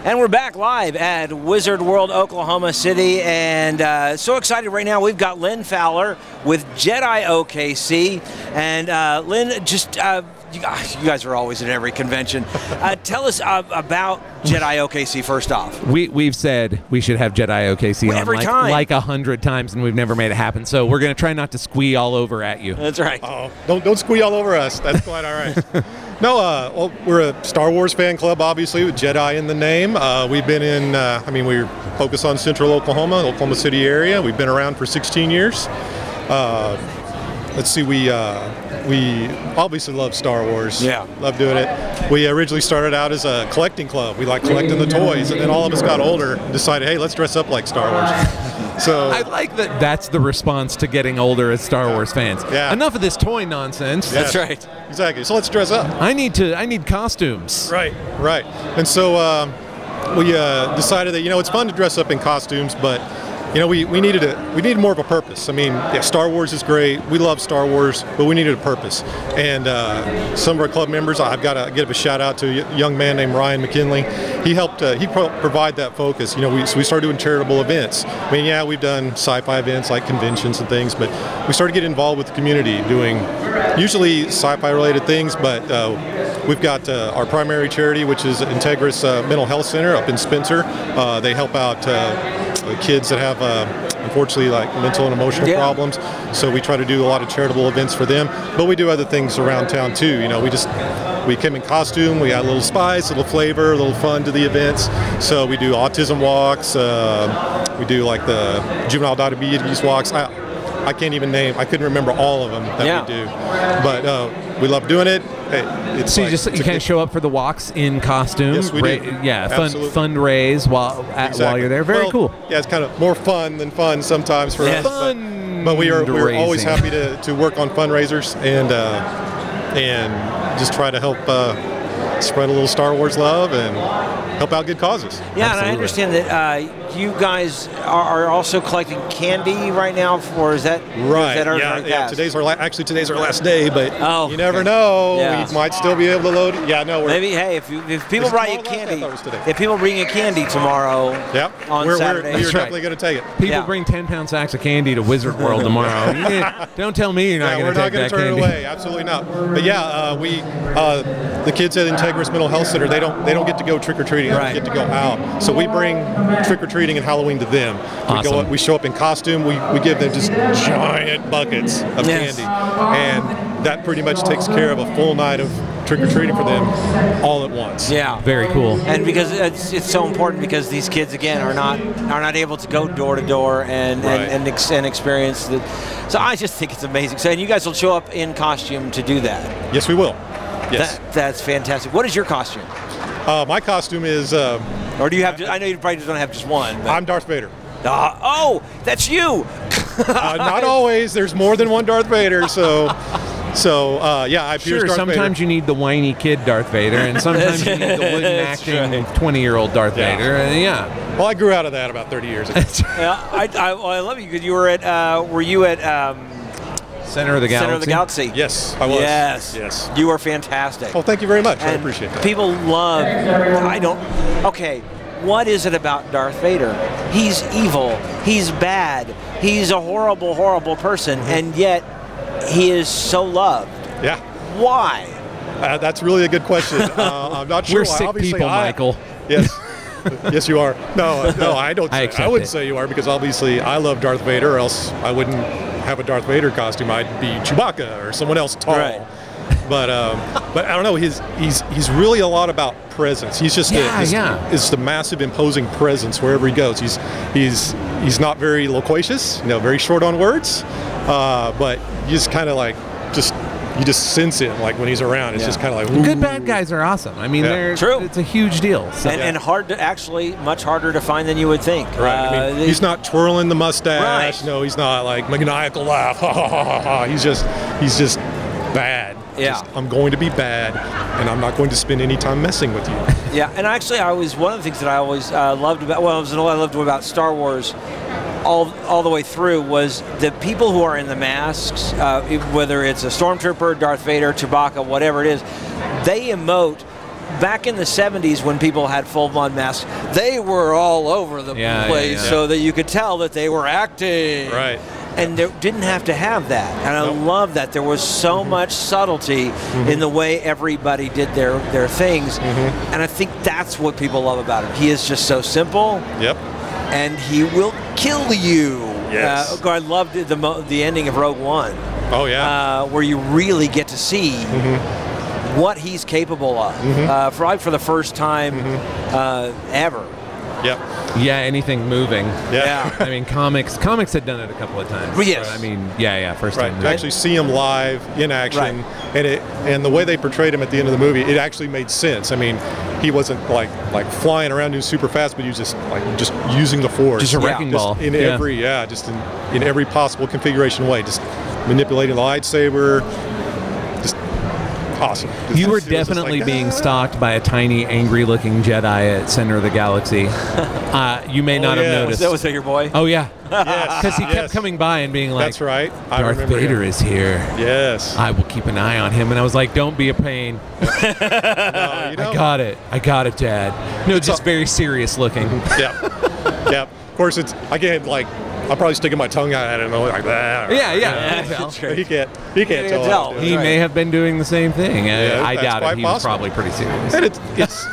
A: And we're back live at Wizard World Oklahoma City. And uh, so excited right now. We've got Lynn Fowler with Jedi OKC. And uh, Lynn, just. Uh, you guys you guys are always at every convention. Uh, tell us uh, about Jedi OKC first off.
B: We we've said we should have Jedi OKC on
A: Every
B: like,
A: time.
B: like a hundred times, and we've never made it happen. So we're gonna try not to squee all over at you.
A: That's right.
E: Oh, don't don't squee all over us. That's quite all right. No, uh, well, we're a Star Wars fan club, obviously, with Jedi in the name. Uh, we've been in, uh, I mean, we focus on central Oklahoma, Oklahoma City area. We've been around for 16 years. Uh, let's see, we uh, we obviously love Star Wars.
A: Yeah.
E: Love doing it. We originally started out as a collecting club. We like collecting the toys, and then all of us got older and decided, hey, let's dress up like Star Wars. So
B: I like that. That's the response to getting older as Star Wars fans.
E: Yeah.
B: Enough of this toy nonsense.
E: Yeah.
A: That's right.
E: exactly. So let's dress up.
B: I need to. I need costumes.
E: Right. Right. And so um, we uh, decided that you know it's fun to dress up in costumes, but you know we, we needed a we needed more of a purpose. I mean, yeah, Star Wars is great. We love Star Wars, but we needed a purpose. And uh, some of our club members, I've got to give a shout out to a y- young man named Ryan McKinley. He helped uh, he pro- provide that focus. You know, we, so we started doing charitable events. I mean, yeah, we've done sci-fi events like conventions and things, but we started getting involved with the community, doing usually sci-fi related things, but uh, We've got uh, our primary charity, which is Integris uh, Mental Health Center up in Spencer. Uh, they help out uh, the kids that have, uh, unfortunately, like mental and emotional
A: Yeah.
E: problems. So we try to do a lot of charitable events for them. But we do other things around town too. You know, we just we came in costume. We got a little spice, a little flavor, a little fun to the events. So we do autism walks. Uh, we do like the juvenile diabetes walks. I, I can't even name. I couldn't remember all of them that
A: Yeah.
E: we do, but uh, we love doing it. Hey, it's
B: So you
E: like-
B: just
E: it's
B: you
E: a
B: kind
E: good-
B: of show up for the walks in costume.
E: Yes, we do.
B: Yeah, fun,
E: Absolutely.
B: fundraise while at, while
E: Exactly.
B: you're there. Very
E: Well,
B: cool.
E: Yeah, it's kind of more fun than fun sometimes for
A: Yes.
E: us. But, but we are we're always
B: Fundraising.
E: happy to, to work on fundraisers and uh, and just try to help uh, spread a little Star Wars love and help out good causes.
A: Yeah, and I
B: Absolutely.
A: understand that uh, you guys are, are also collecting candy right now, for is that
E: Right.
A: Is that already
E: yeah. yeah.
A: passed?
E: Today's our la- actually today's our last day, but
A: Oh,
E: you never
A: okay.
E: know.
A: Yeah.
E: We might still be able to load. Yeah. No. We're,
A: Maybe hey, if, you, if people
E: Is it
A: bring you
E: tomorrow? Last
A: candy,
E: I thought it was today.
A: if people bring you candy tomorrow,
E: Yeah.
A: on
E: we're,
A: Saturday,
E: We're, we are
B: That's right.
E: definitely going to take it.
B: People
A: Yeah.
B: bring ten pound sacks of candy to Wizard World
E: [LAUGHS]
B: tomorrow. You can't- don't tell me you're not
E: yeah,
B: going
E: we're
B: to
E: not
B: take
E: going
B: that
E: to turn
B: candy.
E: it away. Absolutely not. But yeah, uh, we uh, the kids at Integris Mental Health Center they don't they don't get to go trick or treating. They
A: Right.
E: don't get to go out. So we bring trick or treating and Halloween to them. We
B: Awesome.
E: go up, we show up in costume. We, we give them just giant buckets of
A: Yes.
E: candy, and that pretty much takes care of a full night of trick or treating for them all at once.
A: Yeah.
B: Very cool.
A: and because it's, it's so important because these kids again are not are not able to go door to door and
E: Right.
A: and and, ex- and experience the. So I just think it's amazing. So and you guys will show up in costume to do that.
E: Yes, we will. Yes.
A: That, that's fantastic. What is your costume?
E: Uh, my costume is uh,
A: Or do you have? ju- I know you probably just don't have just one. But,
E: I'm Darth Vader.
A: Ah, oh, that's you.
E: Uh, not always. There's more than one Darth Vader, so so uh, yeah. I appear as
B: Sure,
E: Darth
B: sometimes
E: Vader.
B: you need the whiny kid Darth
A: [LAUGHS]
B: Vader, and sometimes you need the wooden
A: That's
B: acting 20 year old Darth
E: Yeah.
B: Vader. And yeah.
E: Well, I grew out of that about 30
B: [LAUGHS]
E: years ago.
A: Yeah, I, I, well, I love you because you were at. Uh, were you at um,
B: Center of the Galaxy.
A: Center of the Galaxy?
E: yes, I was.
A: Yes.
E: Yes.
A: You were fantastic.
E: Well, thank you very much. I
A: And
E: appreciate that.
A: People love. I don't. Okay, what is it about Darth Vader? He's evil. He's bad. He's a horrible, horrible person,
E: Mm-hmm.
A: and yet he is so loved.
E: Yeah.
A: Why?
E: Uh, that's really a
B: [LAUGHS]
E: good question. Uh, I'm not sure.
B: We're
E: why.
B: sick
E: Obviously,
B: people,
E: I-
B: Michael.
E: Yes. [LAUGHS] yes, you are. No, uh, no, I don't.
B: I
E: Say, I,
B: accept
E: would
B: it.
E: say you are because obviously I love Darth Vader, or else I wouldn't have a Darth Vader costume. I'd be Chewbacca or someone else tall.
A: Right.
E: But um, but I don't know. He's he's he's really a lot about presence. He's just
B: Yeah,
E: a, he's,
B: yeah.
E: It's the massive imposing presence wherever he goes. He's he's he's not very loquacious. You know, very short on words. Uh, but you just kind of like just you just sense it like when he's around. It's just kind of like ooh.
B: Good bad guys are awesome. I mean,
E: Yeah.
B: they're
A: True.
B: It's a huge deal. So.
A: And, and hard to actually much harder to find than you would think.
E: Right. I mean,
A: Uh,
E: he's not twirling the mustache.
A: Right.
E: No, he's not like maniacal laugh. Ha, ha, ha, ha, ha. He's just he's just bad.
A: Yeah.
E: Just, I'm going to be bad, and I'm not going to spend any time messing with you.
A: [LAUGHS] Yeah, and actually, I was one of the things that I always uh, loved about. Well, it was what I loved about Star Wars, all all the way through, was the people who are in the masks, uh, if- whether it's a stormtrooper, Darth Vader, Chewbacca, whatever it is, they emote. Back in the 70s, when people had full-blown masks, they were all over the
B: Yeah, yeah,
A: place,
B: yeah.
A: so that you could tell that they were acting.
E: Right.
A: And they didn't have to have that, and I
E: Nope.
A: love that there was so much subtlety in the way everybody did their their things, and I think that's what people love about him. He is just so simple,
E: Yep.
A: and he will kill you.
E: Yes.
A: Uh, I loved the mo- the ending of Rogue One,
E: Oh yeah.
A: uh, where you really get to see. What he's capable of, uh, for, like, for the first time uh, ever.
E: yep.
B: yeah, anything moving.
E: Yeah.
B: I mean, comics. Comics had done it a couple of times.
A: Well, yes.
B: but I mean, yeah, yeah. First
E: Right.
B: time.
E: To actually see him live in action,
A: Right.
E: and it and the way they portrayed him at the end of the movie, it actually made sense. I mean, he wasn't like like flying around doing super fast, but he was just like just using the force.
B: just a
A: Yeah.
B: wrecking
E: just
B: ball
E: in
B: Yeah.
E: every yeah just in, in every possible configuration way just manipulating the lightsaber just awesome Just-
B: You were
E: it was just
B: definitely
E: like,
B: being
E: "Ah."
B: stalked by a tiny, angry-looking Jedi at Center of the Galaxy.
E: [LAUGHS]
B: Uh, you may not
E: Oh, yeah.
B: have
A: Was
B: noticed.
A: that was that your boy?
B: oh yeah,
E: yes
B: because he kept
E: yes.
B: coming by and being like,
E: that's right I
B: "Darth
E: remember
B: Vader
E: him.
B: is here.
E: yes
B: I will keep an eye on him." And I was like, "Don't be a pain.
E: Uh, you know,
B: I got it. I got it, Dad." No, just
E: a-
B: very serious
E: [LAUGHS]
B: looking.
E: yeah yeah of course it's again like I'm probably sticking my tongue out at him like that
B: yeah, yeah. Well,
E: he can't he can't
A: Yeah,
E: tell,
A: tell.
E: what I'm doing.
B: He
A: Right.
B: may have been doing the same thing. I-
E: Yeah,
B: I
E: that's
B: doubt
E: quite
B: it. He was
E: possible.
B: probably pretty serious.
E: and it's it's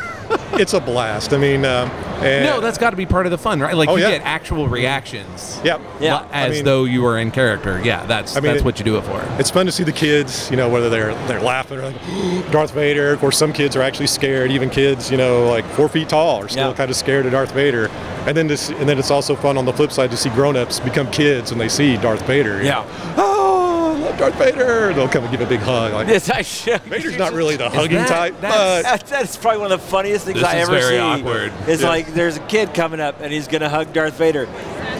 E: it's a blast I mean um, and
B: No, that's got to be part of the fun, right? Like
E: Oh,
B: you
E: yeah.
B: get actual reactions.
E: yep
A: Yeah.
B: li- As
E: I mean-
B: though you were in character. Yeah, that's
E: I mean,
B: that's
E: it-
B: what you do it for.
E: [LAUGHS] it's fun to see the kids, you know, whether they're they're laughing or like [GASPS] Darth Vader. Of course, some kids are actually scared. Even kids, you know, like four feet tall, are still
A: Yeah.
E: kind of scared of Darth Vader. And then this, and then it's also fun on the flip side to see grown-ups become kids when they see Darth Vader. you
A: Yeah.
E: know. Oh, I love Darth Vader! They'll come and give a big hug.
A: [LAUGHS]
E: Like
A: Yes, I-
E: Vader's not really the hugging
B: that-
E: type,
B: that's-
A: That,
E: but
A: that's probably one of the funniest things
B: This
A: I
B: is
A: ever
B: very
A: see.
B: awkward.
A: It's
E: Yeah.
A: like there's a kid coming up and he's gonna hug Darth Vader.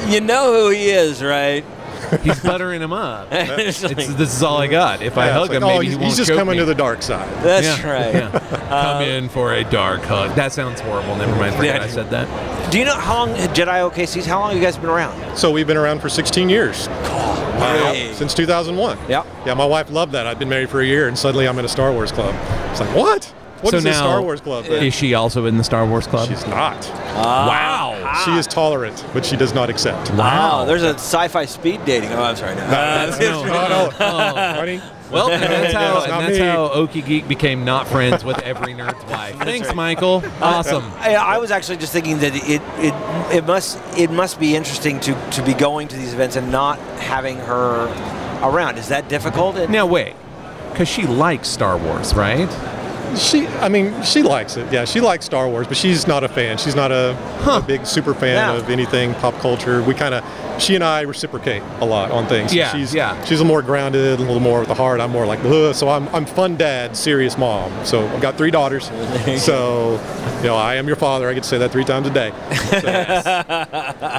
A: You know who he is, right? [LAUGHS]
B: He's buttering him up.
A: It's like,
B: It's, this is all I got. If I
E: yeah,
B: hug
E: it's like,
B: him,
E: oh,
B: maybe
E: he's,
B: he won't
E: he's just
B: choke
E: coming
B: me.
E: to the Uh, dark side.
A: that's
B: Yeah,
A: right.
E: [LAUGHS]
B: yeah. Come in for a dark hug. That sounds horrible. Never mind. Forget
A: Yeah.
B: I said that.
A: Do you know how long Jedi OKC's? How long have you guys been around?
E: So we've been around for 16 years
B: Oh,
E: Uh,
A: Hey.
E: since 2001.
A: Yep.
E: Yeah, my wife loved that. I've been married for a year, and suddenly I'm in a Star Wars club. It's like, what? What
B: so
E: is
B: now,
E: this Star Wars club?
B: Is she also in the Star Wars club?
E: She's not.
B: wow.
E: She is tolerant, but she does not accept.
A: [LAUGHS] Wow, there's a sci-fi speed dating. Oh, I'm sorry. No.
E: No, no, no. Honey,
A: [LAUGHS]
B: Well, and that's how,
E: That's
B: and
E: not
B: that's
E: me.
B: how Okie Geek became not friends with every nerd's wife. Thanks,
A: [LAUGHS]
B: Michael. Awesome.
A: I, I was actually just thinking that it, it it must it must be interesting to to be going to these events and not having her around. Is that difficult? And-
B: Now wait, because she likes Star Wars, right?
E: She, I mean, she likes it. Yeah, she likes Star Wars, but she's not a fan. She's not a, a big super fan
A: Yeah.
E: of anything pop culture. We kind of, she and I reciprocate a lot on things.
B: Yeah,
E: she's,
B: yeah.
E: She's a little more grounded, a little more with the heart. I'm more like, Ugh. so I'm, I'm fun dad, serious mom. So I've got
B: [LAUGHS]
E: three daughters. so, you know, I am your father. I get to say that three times a day.
B: [LAUGHS]
E: So-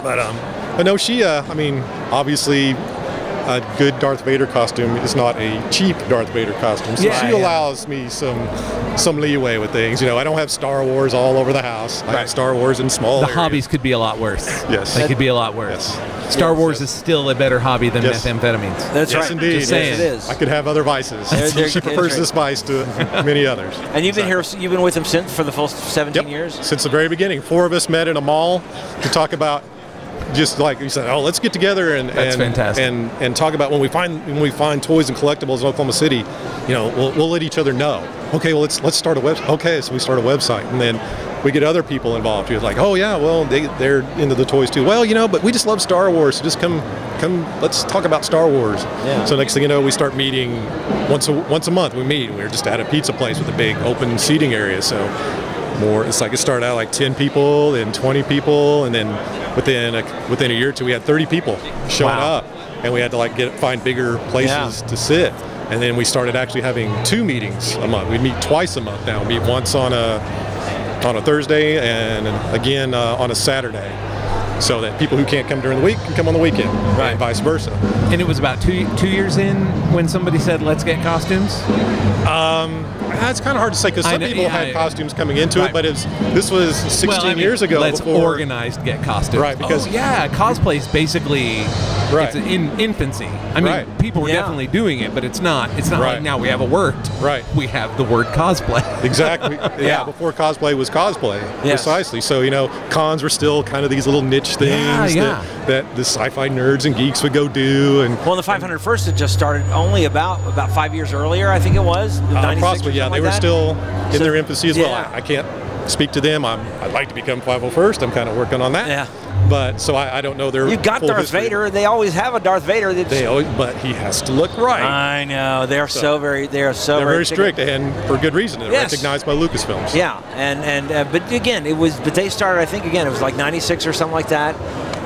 E: but um, but no, she. Uh, I mean, obviously. A good Darth Vader costume is not a cheap Darth Vader costume, so
B: Yeah,
E: she
B: yeah.
E: allows me some some leeway with things. You know, I don't have Star Wars all over the house. I have Star Wars in small.
B: The
E: areas.
B: hobbies could be a lot worse.
E: Yes.
B: They could be a lot worse. Star
E: Yes,
B: Wars is
E: yes.
B: still a better hobby than
E: Yes.
B: methamphetamines.
A: that's
E: Yes,
A: right.
E: indeed.
B: Just
A: Yes,
B: saying.
A: it is.
E: I could have other vices. [LAUGHS]
A: There- there-
E: she prefers
A: that's
E: this vice to
A: [LAUGHS]
E: many others.
A: And you've been here. You've been with him since for the full 17
E: Yep.
A: years.
E: Since the very beginning, four of us met in a mall to talk about just like you said. Oh, let's get together and
B: That's
E: and,
B: fantastic.
E: and and talk about when we find when we find toys and collectibles in Oklahoma City. You know, we'll, we'll let each other know. Okay, well let's let's start a website. Okay, so we start a website and then we get other people involved. You're like, oh yeah, well they they're into the toys too. Well, you know, but we just love Star Wars. So just come come let's talk about Star Wars.
A: Yeah.
E: So next thing you know, we start meeting once a, once a month. We meet. We were just at a pizza place with a big open seating area. So more it's like it started out like 10 people then 20 people and then within a, within a year or two we had 30 people showing
B: Wow.
E: up and we had to like get find bigger places to sit and then we started actually having two meetings a month we meet twice a month now we meet once on a on a thursday and again uh, on a saturday so that people who can't come during the week can come on the weekend
B: Right.
E: and vice versa
B: And it was about two two years in when somebody said, "Let's get costumes."
E: Ah, it's kind of hard to say because
B: I
E: some
B: know-
E: people
B: yeah,
E: had
B: I-
E: costumes coming into
B: Right.
E: it but it's this was 16
B: Well, I mean,
E: years ago
B: Let's
E: before
B: organized get costumes.
E: Right, because-
B: oh, yeah, cosplay's basically
E: Right.
B: it's in infancy. I mean,
E: Right.
B: people were
A: Yeah.
B: definitely doing it, but it's not. It's not like
E: Right.
B: now we have a word.
E: Right.
B: We have the word
E: [LAUGHS]
B: cosplay.
A: [LAUGHS]
E: Exactly. Yeah.
B: Yeah.
E: Before cosplay was cosplay.
A: Yes.
E: Precisely. So you know, cons were still kind of these little niche things
B: Yeah, yeah.
E: That, that the sci-fi nerds and geeks would go do, and
A: Well, the 500 first had just started only about about five years earlier, I think it was.
E: uh,
A: 96 or
E: possibly yeah,
A: something like
E: they were
A: that.
E: still in
A: So-
E: their infancy as
A: yeah.
E: well. I, I can't speak to them. I'm, I'd like to become 501st. I'm kind of working on that.
A: Yeah.
E: But so I, I don't know their.
A: You got
E: full
A: Darth
E: history.
A: Vader. Uh, They always have a Darth Vader. That's,
E: They always, but he has to look right.
A: I know. They're so, very. They're so
E: They're very
A: particular.
E: strict and for good reason. They're
A: Yes.
E: recognized by Lucasfilms.
A: Yeah, and and uh, but again, it was. But they started. I think again, it was like '96 or something like that.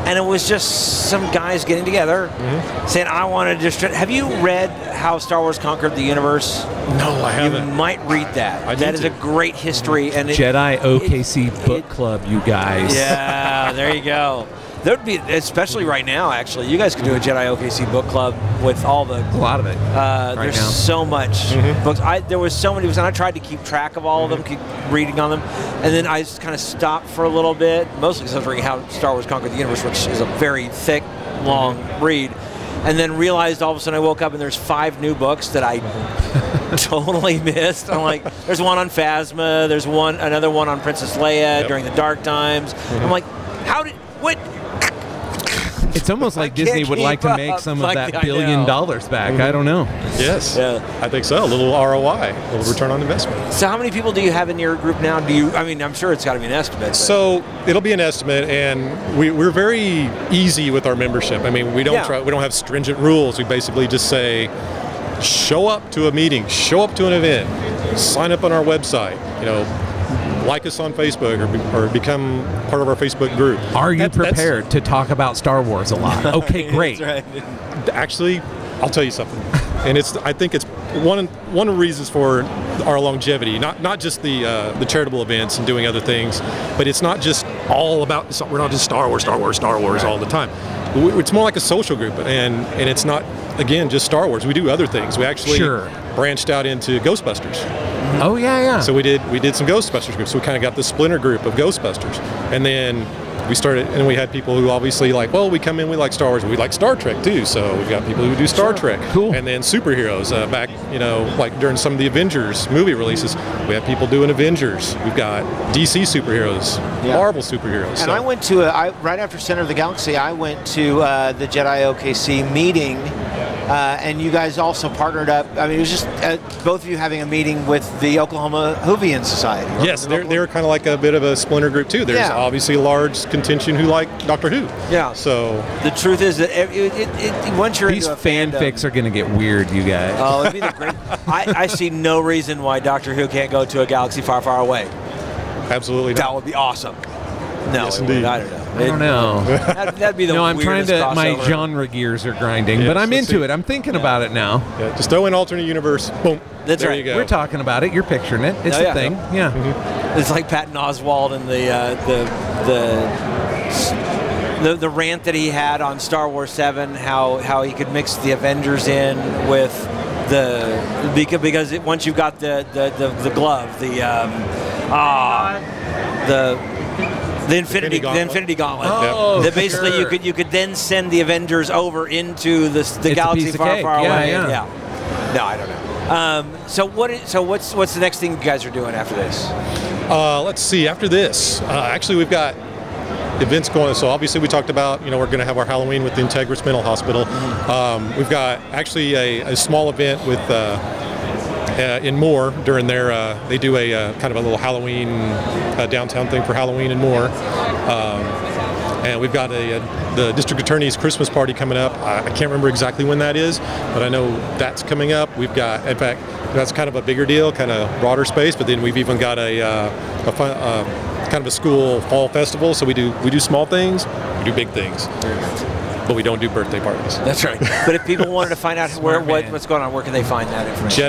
A: And it was just some guys getting together,
E: Mm-hmm.
A: saying, "I want to just." Have you read how Star Wars conquered the universe?
E: No, I
A: You
E: haven't.
A: might read that.
E: I need
A: that is
E: to. Mm-hmm.
A: a great history, and it,
B: Jedi OKC
A: it-
B: Book Club, you guys.
A: Yeah, there you go. That would be especially right now. Actually, you guys could do a Jedi OKC book club with all the.
B: A lot of it.
A: Uh,
B: Right
A: there's
B: now. Mm-hmm.
A: so much books. I there was so many books, and I tried to keep track of all of them, keep reading on them, and then I just kind of stopped for a little bit, mostly because I was reading how Star Wars conquered the universe, which is a very thick,
B: Mm-hmm.
A: long read, and then realized all of a sudden I woke up and there's five new books that I [LAUGHS]
B: Mm-hmm. [LAUGHS]
A: totally missed. I'm like, there's one on Phasma, there's one another one on Princess Leia
E: Yep.
A: during the Dark Times.
B: Mm-hmm.
A: I'm like, how did what?
B: It's almost like
A: can't
B: Disney would
A: keep
B: like to make
A: up.
B: some
A: Like,
B: of
A: I
B: that billion
A: know.
B: dollars back. I don't know.
E: Yes.
A: Yeah.
E: I think so. A little ROI, a little return on investment.
A: So how many people do you have in your group now? Do you? I mean, I'm sure it's got to be an estimate. but-
E: So it'll be an estimate, and we, we're very easy with our membership. I mean, we don't
A: Yeah.
E: try, we don't have stringent rules. We basically just say, show up to a meeting, show up to an event, sign up on our website. You know, like us on Facebook or, be, or become part of our Facebook group.
B: Are you
E: That- that's-
B: prepared to talk about Star Wars a lot? [LAUGHS] Okay, great.
E: actually, I'll tell you something, and it's I think it's one one of the reasons for our longevity. Not not just the uh, the charitable events and doing other things, but it's not just all about. it's not- We're not just Star Wars, Star Wars, Star Wars all the time. We- It's more like a social group, and and it's not again just Star Wars. We do other things. We actually
B: Sure.
E: branched out into Ghostbusters.
B: Oh yeah, yeah.
E: So we did we did some Ghostbusters groups. So we kind of got the splinter group of Ghostbusters, and then we started and we had people who obviously like well we come in we like Star Wars we like Star Trek too. So we've got people who do Star Trek,
B: Cool.
E: and then superheroes uh, back you know like during some of the Avengers movie releases we have people doing Avengers. We've got DC superheroes,
F: Yeah.
E: Marvel superheroes.
F: And
E: so-
F: I went to a, I, right after Center of the Galaxy. I went to uh, the Jedi OKC meeting
A: uh, and you guys also partnered up. I mean, it was just uh, both of you having a meeting with the Oklahoma Hoovian Society. right?
D: Yes,
E: they're, they're kind of like a bit of a splinter group too. There's
A: Yeah.
E: obviously a large contention who like Doctor Who.
A: Yeah.
E: So
A: The truth is that it, it, it, it- once you're
B: These
A: into a fandom-
B: fanfics are going to get weird, you guys.
A: Oh, it'd be the great. I, I see no reason why Doctor Who can't go to a galaxy far, far away.
E: absolutely.
A: That
E: Not.
A: would be awesome. No,
E: Yes,
A: it wouldn't.
E: indeed.
A: I don't know.
B: I don't know.
A: That'd, that'd be [LAUGHS] the
B: No, I'm trying
A: weirdest
B: to. My
A: crossover.
B: genre gears are grinding,
E: Yeah,
B: but I'm
E: so
B: into
E: see-
B: it. I'm thinking about it now.
E: Yeah, just throw in alternate universe. Boom.
A: That's
E: there
A: right.
E: You go.
B: We're talking about it. You're picturing it. It's
A: Oh,
B: a
A: yeah.
B: thing. Yeah.
A: It's like Patton Oswald and the uh, the the. The, the rant that he had on Star Wars Seven, how how he could mix the Avengers in with the because because it, once you've got the the, the, the glove, the um, ah, the the Infinity
E: Infinity
A: the
E: Gauntlet.
A: Infinity Gauntlet.
B: Oh,
A: that basically you
B: sure.
A: could you could then send the Avengers over into the the
B: It's a
A: galaxy
B: piece of
A: far
B: cake.
A: far
B: Yeah,
A: away.
B: yeah.
A: No, I don't know. Um, so what? Is, so what's what's the next thing you guys are doing after this?
E: Uh, let's see. After this, uh, actually, we've got events going. So obviously, we talked about you know we're going to have our Halloween with the Integris Mental Hospital. Um, we've got actually a, a small event with. Uh, uh, in Moore during their, uh, they do a uh, kind of a little Halloween uh, downtown thing for Halloween in Moore. Um, and we've got a, a the district attorney's Christmas party coming up. I, I can't remember exactly when that is, but I know that's coming up. We've got, in fact, that's kind of a bigger deal, kind of broader space. But then we've even got a, uh, a fun, uh, kind of a school fall festival. So we do we do small things, we do big things, but we don't do birthday parties.
A: That's
E: [LAUGHS]
A: right. but if people wanted to find out where what,
B: man.
A: what's going on, where can they find that information?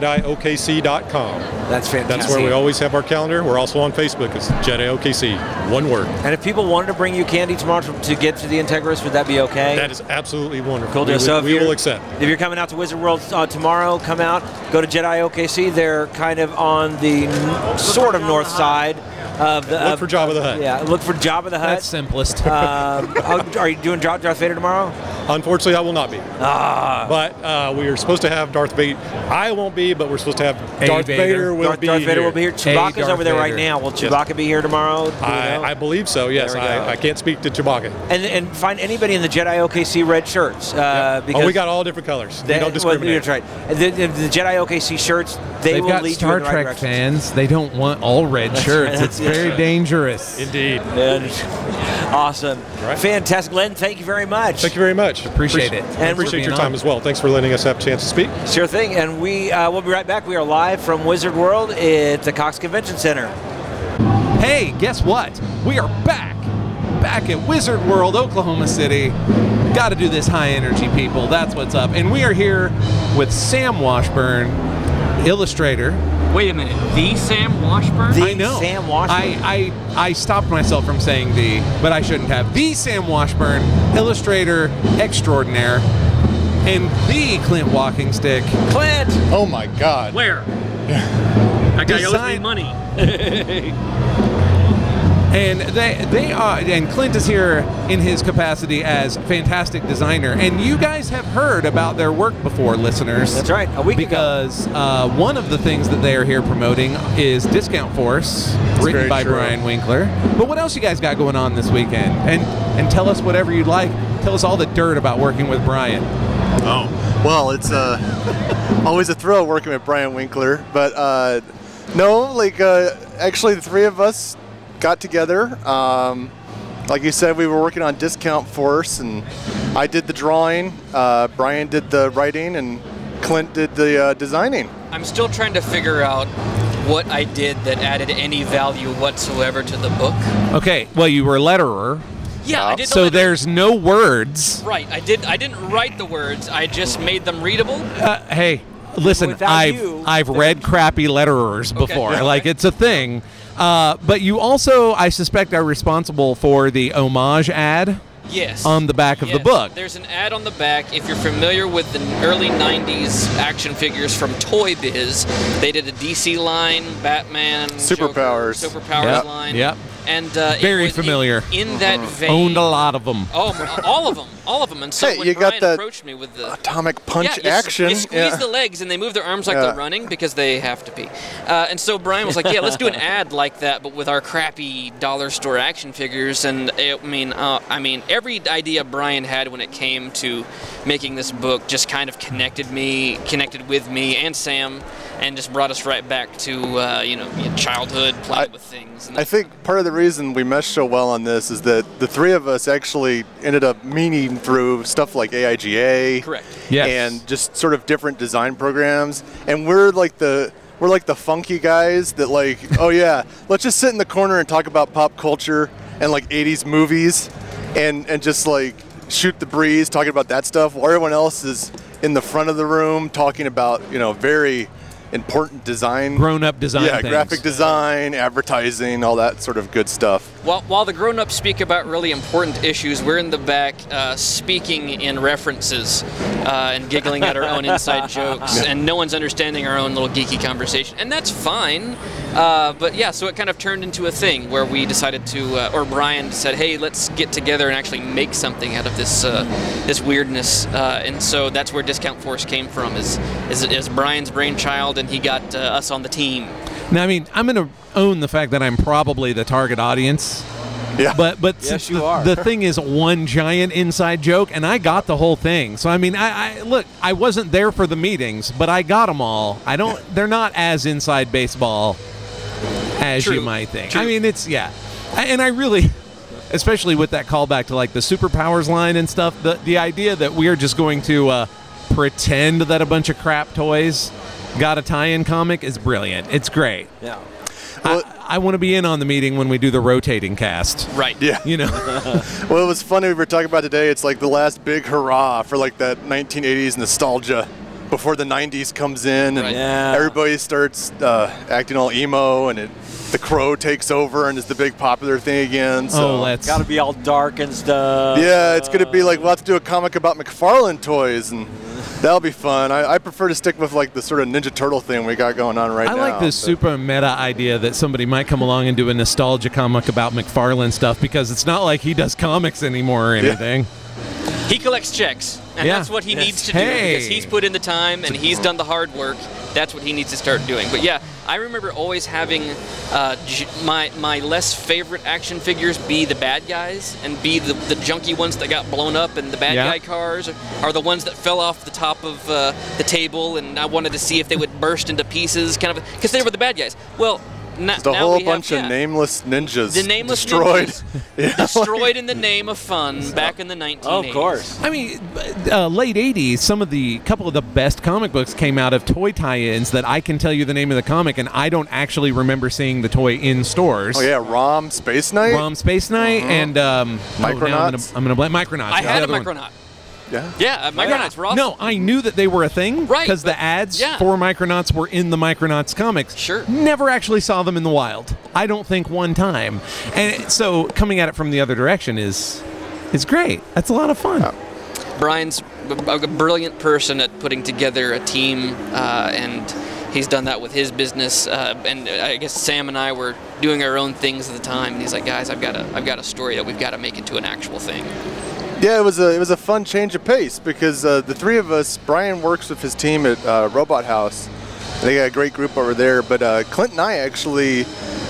E: JediOKC.com.
A: That's fantastic.
E: That's where we always have our calendar. We're also on Facebook. It's Jedi OKC. One word.
A: And if people wanted to bring you candy tomorrow to, to get to the Integris, would that be okay?
E: That is absolutely wonderful.
A: Cool
E: we
A: deal.
E: would-
A: so if
E: we
A: you're-
E: will accept.
A: If you're coming out to Wizard World uh, tomorrow, come out. Go to Jedi OKC. They're kind of on the n- sort of north side of the.
E: Look
A: of-
E: for Jabba the Hutt.
A: Yeah, look for Jabba the
B: That's
A: Hutt.
B: simplest.
A: Um,
E: [LAUGHS]
A: oh, are you doing Darth Darth Vader tomorrow?
E: Unfortunately, I will not be. Ah. But uh, we are supposed to have Darth Vader. I won't be, but we're supposed to have
B: A
E: Darth
B: Vader.
E: Vader. will
A: Darth,
E: be
A: Darth Vader
E: here.
A: will be here.
B: Hey,
A: Chewbacca's
B: Darth
A: over there right
B: Vader.
A: now. Will Chewbacca be here tomorrow? Do we know?
E: I, I believe so. Yes,
A: There we go.
E: I, I can't speak to Chewbacca. Oh,
A: and and find anybody in the Jedi OKC red shirts uh, because
E: oh, we got all different colors.
A: they-
E: we don't discriminate.
A: Well, that's right. The, the, the Jedi OKC shirts they
B: They've
A: will
B: got
A: lead you
B: Star
A: in the right
B: Trek
A: direction.
B: fans. They don't want all red shirts.
A: right.
B: It's very dangerous.
E: Indeed.
A: And- [LAUGHS] awesome,
E: Right.
A: fantastic, Glenn. Thank you very much.
E: Thank you very much.
B: Appreciate it.
A: And for
E: Appreciate your time as well. Thanks for letting us have a chance to speak.
A: Sure thing. And we uh, we'll be right back. We are live from Wizard World at the Cox Convention Center.
B: Hey, guess what? We are back. Back at Wizard World, Oklahoma City. Got to do this high energy, people. That's what's up. And we are here with Sam Washburn, illustrator.
F: Wait a minute, the Sam Washburn?
A: The-
B: I know.
A: Sam Washburn.
B: I, I, I stopped myself from saying the, but I shouldn't have. The Sam Washburn, illustrator extraordinaire, and the Clint Walking Stick.
A: Clint.
G: Oh my God.
F: Where? That guy owes me
B: Design-
F: money.
B: And they they are and Clint is here in his capacity as fantastic designer. And you guys have heard about their work before, listeners.
A: That's right, a week ago.
B: because uh, one of the things that they are here promoting is Discount Force, written
E: very
B: by
E: true.
B: Brian Winkler. But what else you guys got going on this weekend? And and tell us whatever you'd like. Tell us all the dirt about working with Brian.
G: Oh. Well, it's uh, [LAUGHS] always a thrill working with Brian Winkler, but uh, no, like uh, actually the three of us got together. Um, like you said, we were working on Discount Force, and I did the drawing, uh, Brian did the writing, and Clint did the uh, designing.
H: I'm still trying to figure out what I did that added any value whatsoever to the book.
B: Okay. Well, you were a letterer,
H: Yeah, I did. the
B: so
H: letter-
B: there's no words.
H: Right, I did. I didn't write the words. I just made them readable.
B: Uh, hey, listen,
A: Without
B: I've
A: you,
B: I've read crappy letterers
H: Okay.
B: before.
H: Yeah.
B: Like it's a thing. Uh, but you also, I suspect, are responsible for the homage ad
H: Yes.
B: on the back of the
H: Yes.
B: book.
H: There's an ad on the back. If you're familiar with the early '90s action figures from Toy Biz, they did a DC line, Batman, Joker,
G: Superpowers.
H: superpowers
B: Yep,
H: line.
B: yep.
H: and uh, it
B: Very
H: was in-
B: familiar. Uh-huh.
H: In, that vein,
B: Owned a lot of them.
H: Oh, my- all of them, all of them. And so
G: Hey,
H: when
G: you
H: Brian
G: got that
H: approached me with the
G: Atomic punch
H: yeah, you s-
G: action.
H: You squeeze
G: Yeah.
H: the legs and they move their arms like
G: Yeah.
H: they're running because they have to pee. Uh, and so Brian was like, "Yeah, let's do an ad like that, but with our crappy dollar store action figures." And it, I mean, uh, I mean, every idea Brian had when it came to making this book just kind of connected me, connected with me and Sam, and just brought us right back to uh, you know childhood playing with things. And
G: I
H: that-
G: think part of the reason we meshed so well on this is that the three of us actually ended up meeting through stuff like AIGA,
H: Correct.
B: Yes.
G: and just sort of different design programs. And we're like the we're like the funky guys that like, [LAUGHS] oh yeah, let's just sit in the corner and talk about pop culture and like '80s movies, and and just like shoot the breeze talking about that stuff. While everyone else is in the front of the room talking about you know very important design
B: Grown-up design
G: yeah
B: things.
G: graphic design advertising all that sort of good stuff
H: While, while the grown-ups speak about really important issues, we're in the back uh, speaking in references uh, and giggling at our own inside jokes, and no one's understanding our own little geeky conversation, and that's fine. Uh, but yeah, so it kind of turned into a thing where we decided to, uh, or Brian said, "Hey, let's get together and actually make something out of this uh, this weirdness." Uh, and so that's where Discount Force came from, is is, is Brian's brainchild, and he got uh, us on the team.
B: Now, I mean, I'm going to own the fact that I'm probably the target audience.
G: Yeah.
B: But but
A: Yes,
B: since
A: you
B: the,
A: are.
B: the thing is one giant inside joke, and I got the whole thing. So I mean, I, I look, I wasn't there for the meetings, but I got them all. I don't. They're not as inside baseball as you
H: True.
B: might think. I mean, it's yeah, I, and I really. Especially with that callback to like the superpowers line and stuff, the the idea that we are just going to uh, pretend that a bunch of crap toys got a tie-in comic is brilliant. It's great.
A: Yeah.
G: well,
B: I want to be in on the meeting when we do the rotating cast.
H: Right.
G: yeah
B: You know,
G: well it was funny we were talking about today it's like the last big hurrah for like that 1980s nostalgia before the 90s comes in and
H: Right.
A: Yeah.
G: everybody starts uh, acting all emo and it the crow takes over and is the big popular thing again so
B: oh, let's.
A: Got to be all dark and stuff.
G: yeah it's gonna be like we'll have to do a comic about mcfarlane toys and that'll be fun I, I prefer to stick with like the sort of ninja turtle thing we got going on right
B: I
G: now
B: like this
G: but-
B: super meta idea that somebody might come along and do a nostalgia comic about McFarlane stuff because it's not like he does comics anymore or anything.
H: He collects checks, and
B: Yeah.
H: that's what he
A: Yes.
H: needs to do because
B: Hey.
H: he's put in the time and he's done the hard work. That's what he needs to start doing. But yeah, I remember always having uh, j- my my less favorite action figures be the bad guys and be the, the junky ones that got blown up, and the bad
B: Yeah.
H: guy cars are the ones that fell off the top of uh, the table. And I wanted to see if they would burst into pieces, kind of, because they were the bad guys. Well, na-
G: There's a
H: now
G: whole
H: we have-
G: bunch
H: yeah.
G: of nameless ninjas
H: The nameless
G: destroyed.
H: ninjas.
G: [LAUGHS] Yeah,
H: destroyed in the name of fun back in the 1980s.
A: Oh, of course.
B: I mean, b- uh, late 80s, some of the couple of the best comic books came out of toy tie ins that I can tell you the name of the comic and I don't actually remember seeing the toy in stores.
G: oh yeah, Rom Space Knight.
B: Rom Space Knight and um, oh, now I'm gonna-
G: Micronauts?
B: I'm going to blame Micronauts.
H: I
B: yeah,
H: had
B: the
H: a
B: other one.
H: Micronaut.
G: Yeah.
H: Yeah, uh, Micronauts were awesome.
B: No, I knew that they were a thing
H: Right,
B: because
H: but-
B: the ads
H: yeah.
B: for Micronauts were in the Micronauts comics.
H: Sure.
B: Never actually saw them in the wild. I don't think one time. And so coming at it from the other direction is is great. That's a lot of fun.
H: Brian's b- b- a brilliant person at putting together a team, uh, and he's done that with his business. Uh, and I guess Sam and I were doing our own things at the time. And he's like, guys, I've got a, I've got a story that we've got to make into an actual thing.
G: Yeah, it was a it was a fun change of pace because uh, the three of us. Brian works with his team at uh, Robot House. They got a great group over there. But uh, Clint and I actually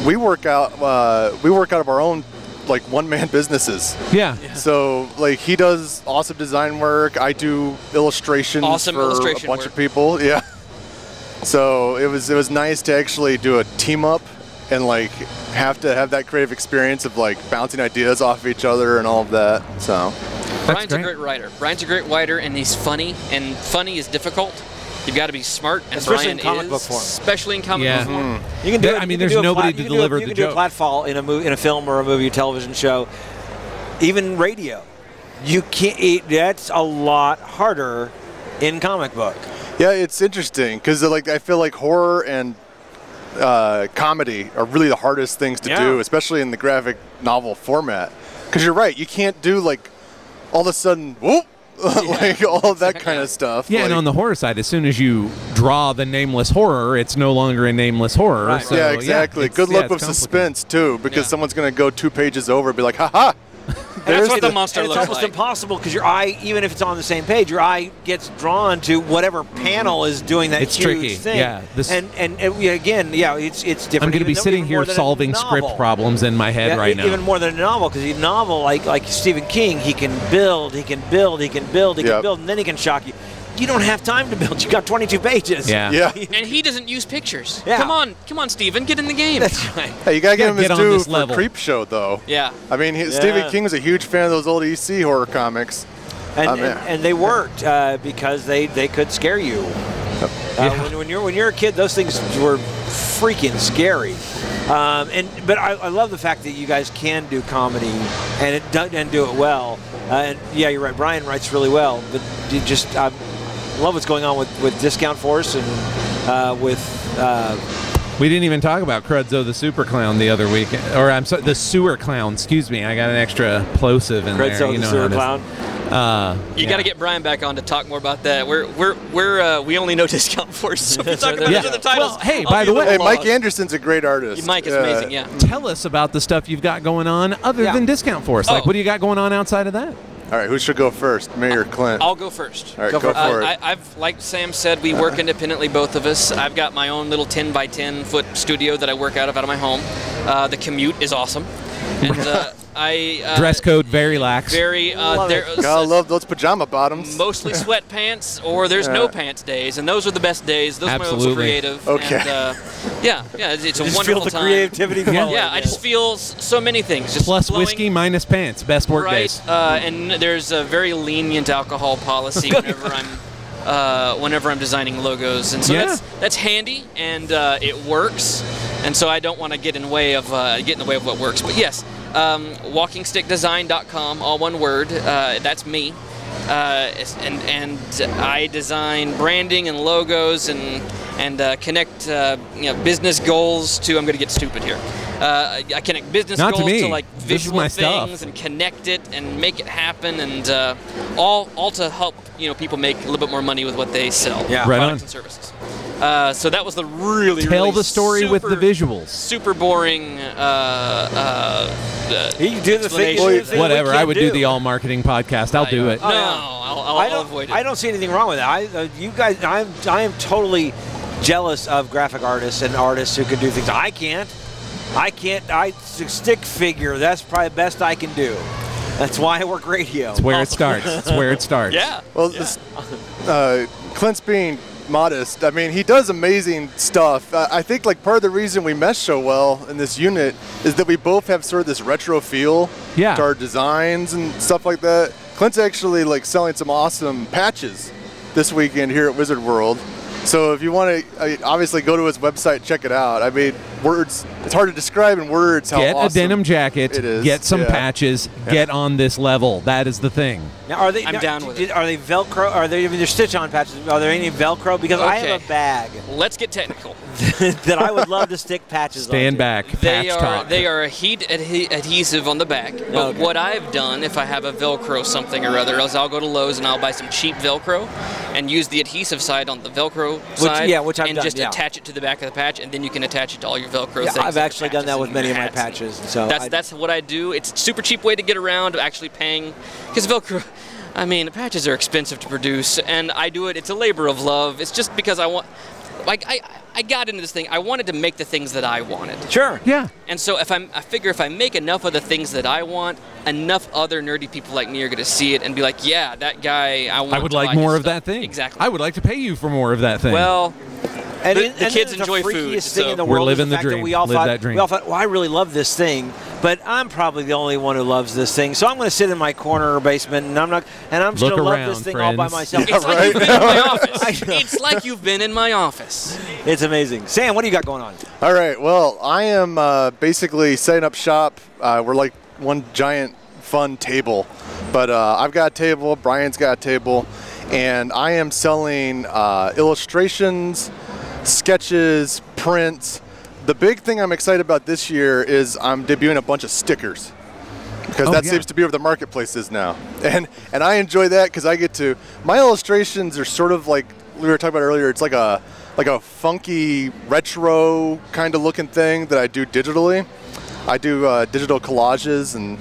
G: we work out uh, we work out of our own like one man [LAUGHS] businesses.
B: Yeah.
G: So like he does awesome design work. I do illustrations
H: Awesome
G: for
H: illustration
G: a bunch
H: work.
G: of people. [LAUGHS] Yeah. So it was it was nice to actually do a team up and like have to have that creative experience of like bouncing ideas off of each other and all of that. So
H: Brian's
B: great.
H: a great writer. Brian's a great writer, and he's funny. And funny is difficult. You've got to be smart, and
A: Especially in
H: Brian
A: comic
H: is,
A: book form.
H: especially in comic
B: Yeah.
H: book form.
A: You can do.
B: There-
A: it-
B: I
A: you
B: mean,
A: can
B: there's
A: do a
B: nobody
A: plat-
B: to
A: you can
B: deliver
A: do a,
B: the
A: You can do
B: joke.
A: a platfall in a movie, in a film, or a movie, television show, even radio. You can't. It, that's a lot harder in comic book.
G: yeah, it's interesting because like I feel like horror and uh, comedy are really the hardest things to
A: Yeah.
G: do, especially in the graphic novel format. Because you're right, you can't do like all of a sudden whoop [LAUGHS] like all
H: [LAUGHS]
G: of that kind of stuff.
B: Yeah, and
G: Like,
B: on the horror side, as soon as you draw the nameless horror, it's no longer a nameless horror.
A: Right.
B: so,
G: yeah, exactly.
B: it's-
G: Good
B: yeah,
G: luck
B: it's
G: with
B: complicated.
G: suspense too, because
H: Yeah.
G: someone's gonna go two pages over and be like, "Ha ha."
H: [LAUGHS] That's
G: [LAUGHS] There's
H: what
G: the-
H: the, monster
A: And it's
H: looks
A: almost
H: like.
A: impossible because your eye, even if it's on the same page, your eye gets drawn to whatever panel is doing that
B: Mm-hmm. It's
A: huge
B: tricky,
A: thing.
B: yeah. This-
A: and and uh, yeah, again, yeah, it's it's different.
B: I'm going to be
A: even though-
B: sitting
A: even
B: here
A: more than a
B: solving
A: novel.
B: script problems in my head
A: Yeah,
B: right
A: e-
B: now.
A: Even more than a novel, because a novel, like like Stephen King, he can build, he can build, he can build, he
G: Yep.
A: can build, and then he can shock you. You don't have time to build. You got 22 pages.
B: yeah.
H: [LAUGHS]
G: Yeah.
H: and he doesn't use pictures.
A: Yeah.
H: Come on, come on, Steven, get in the
A: [LAUGHS]
H: game.
A: That's right.
G: Hey, you
B: gotta
G: gotta give him his
B: get on
G: due
B: this
G: for
B: level.
G: Creep Show though.
H: Yeah.
G: I mean, he, Stephen
A: Yeah.
G: King was a huge fan of those old EC horror comics.
A: and,
G: I'm
A: and,
G: in.
A: and they worked uh, because they, they could scare you. Uh, when, when you're when you're a kid, those things were freaking scary. Um, and but I, I love the fact that you guys can do comedy and it do, and do it well. Uh, and yeah, you're right. Brian writes really well, but you just I love what's going on with, with Discount Force and uh, with uh,
B: We didn't even talk about Crudzo the Super Clown the other week, or I'm sorry, the Sewer Clown. Excuse me, I got an extra plosive in
A: Red
B: there.
A: Zone
B: you
A: the
B: know
A: Sewer
B: how it
A: Clown.
B: is. Uh,
H: You got to get Brian back on to talk more about that. We're we're we're uh, we only know Discount [LAUGHS] Force, so if we talk about
B: Yeah.
H: those other titles.
B: Well, hey,
H: I'll
B: by
H: be
B: the
H: a
B: way-
G: Hey,
H: little
G: Mike
H: lost.
G: Anderson's a great artist.
H: Mike is amazing. Yeah.
B: Tell us about the stuff you've got going on other
A: Yeah.
B: than Discount Force. Like,
H: Oh.
B: what do you got going on outside of that?
G: All right, who should go first, me or Clint?
H: I'll go first.
G: All right, go, for
H: Uh,
G: it.
H: I, I've, like Sam said, we work independently, both of us. I've got my own little 10 by 10 foot studio that I work out of out of my home. Uh, the commute is awesome. And uh, I. Uh,
B: Dress code very lax.
H: Very. Uh,
A: Love
H: there,
G: Gotta love those pajama bottoms. [LAUGHS]
H: mostly sweatpants or there's no pants days, and those are the best days. Those are my most
B: Absolutely.
H: creative.
G: Okay.
H: And, uh, yeah, yeah, it's, it's a
A: You just feel
H: wonderful
A: the
H: time.
A: creativity.
B: [LAUGHS] Yeah.
A: flowing.
H: Yeah, I just feel s- so many things. Just
B: Plus
H: blowing-
B: whiskey, minus pants. Best work
H: right?
B: days.
H: Uh, and there's a very lenient alcohol policy
B: [LAUGHS]
H: whenever I'm uh, whenever I'm designing logos, and so
B: Yeah.
H: that's that's handy and uh, it works. And so I don't want to get in way of uh, get in the way of what works. But yes, um, walkingstickdesign.com, all one word. Uh, that's me. Uh, it's- and and I design branding and logos and and uh, connect uh, you know, business goals to I'm going to get stupid here. Uh, I connect business
B: Not to
H: goals
B: me.
H: like
B: This is
H: visual
B: my
H: things
B: stuff.
H: and connect it and make it happen and uh, all all to help you know people make a little bit more money with what they sell
A: Yeah.
B: Right
H: products
B: on.
H: and services uh, so that was the really
B: Tell
H: really
B: the story with the
H: super-
B: visuals.
H: super boring uh, uh, uh,
A: He can do the thing.
H: Explanation.
A: the thing we
B: Whatever. I
A: can't
B: would do the all marketing podcast. I'll do it.
H: uh, no I'll, I'll,
A: I
H: I'll
A: don't,
H: avoid it
A: I don't see anything wrong with that. I, uh, you guys, I'm, I am totally jealous of graphic artists and artists who can do things I can't. I can't. I stick figure. That's probably the best I can do. That's why I work radio.
B: It's where it starts. It's where it starts.
H: [LAUGHS] yeah
G: Well, this, uh, Clint's being modest. I mean, he does amazing stuff. I, I think like part of the reason we mesh so well in this unit is that we both have sort of this retro feel
B: Yeah.
G: to our designs and stuff like that. Clint's actually like selling some awesome patches this weekend here at Wizard World. So if you want to, I obviously go to his website, check it out. I mean, words. It's hard to describe in words how
B: Get
G: awesome
B: a denim jacket.
G: It is.
B: Get some
G: yeah.
B: patches. Get on this level. That is the thing.
A: Now, are they?
H: I'm
A: now,
H: down with
A: did- Are they Velcro? Are they? I mean, they're stitch-on patches. Are there any Velcro? Because I have
H: Okay.
A: a
H: [LAUGHS]
A: bag
H: let's get technical
A: that I would love to stick patches.
B: Stand
A: onto.
B: back.
H: They
B: Patch
H: are
B: talk.
H: they are a heat adhe- adhesive on the back. But
A: Oh, Okay.
H: what I've done, if I have a Velcro something or other, is I'll go to Lowe's and I'll buy some cheap Velcro, and use the adhesive side on the Velcro side.
A: yeah, which I've
H: and
A: done,
H: just
A: yeah.
H: attach it to the back of the patch, and then you can attach it to all your Velcro
A: Yeah,
H: things.
A: I've
H: like
A: actually
H: your
A: done that
H: patches
A: with
H: and your
A: many of my
H: hats and-
A: patches. So
H: That's
A: I-
H: that's what I do. It's a super cheap way to get around actually paying, because Velcro. [LAUGHS] I mean, patches are expensive to produce, and I do it. It's a labor of love. It's just because I want, like I, I got into this thing. I wanted to make the things that I wanted.
A: Sure.
B: yeah.
H: And so if I'm, I figure if I make enough of the things that I want, enough other nerdy people like me are going to see it and be like, yeah, that guy, I want.
B: I would
H: to
B: like
H: buy
B: more
H: his
B: of
H: stuff."
B: that thing.
H: Exactly.
B: I would like to pay you for more of that
A: [LAUGHS]
B: thing.
H: well,
A: And
H: The-
A: it-
H: the
A: and
H: kids
A: it's
H: enjoy
A: the freakiest
H: food,
A: Thing
H: so-
A: in the
B: We're
A: world is
B: living the
A: fact that
B: dream.
A: We all
B: Live
A: thought,
B: that dream.
A: We all thought, well, I really love this thing, but I'm probably the only one who loves this thing. So I'm going to sit in my corner or basement, and I'm not, and I'm
B: Look
A: still love
B: around,
A: this thing all by
B: friends.
A: myself.
H: it's like you've
A: [LAUGHS]
H: been in my office. It's like you've been in my office.
A: It's amazing. Sam, what do you got going on?
G: All right. Well, I am uh, basically setting up shop. Uh, we're like one giant fun table, but uh, I've got a table. Brian's got a table, and I am selling uh, illustrations, sketches, prints. The big thing I'm excited about this year is I'm debuting a bunch of stickers. because
B: Oh,
G: that
B: yeah.
G: seems to be where the marketplace is now. [LAUGHS] And and I enjoy that because I get to my illustrations are sort of like we were talking about earlier. It's like a like a funky retro kind of looking thing that I do digitally. I do uh, digital collages and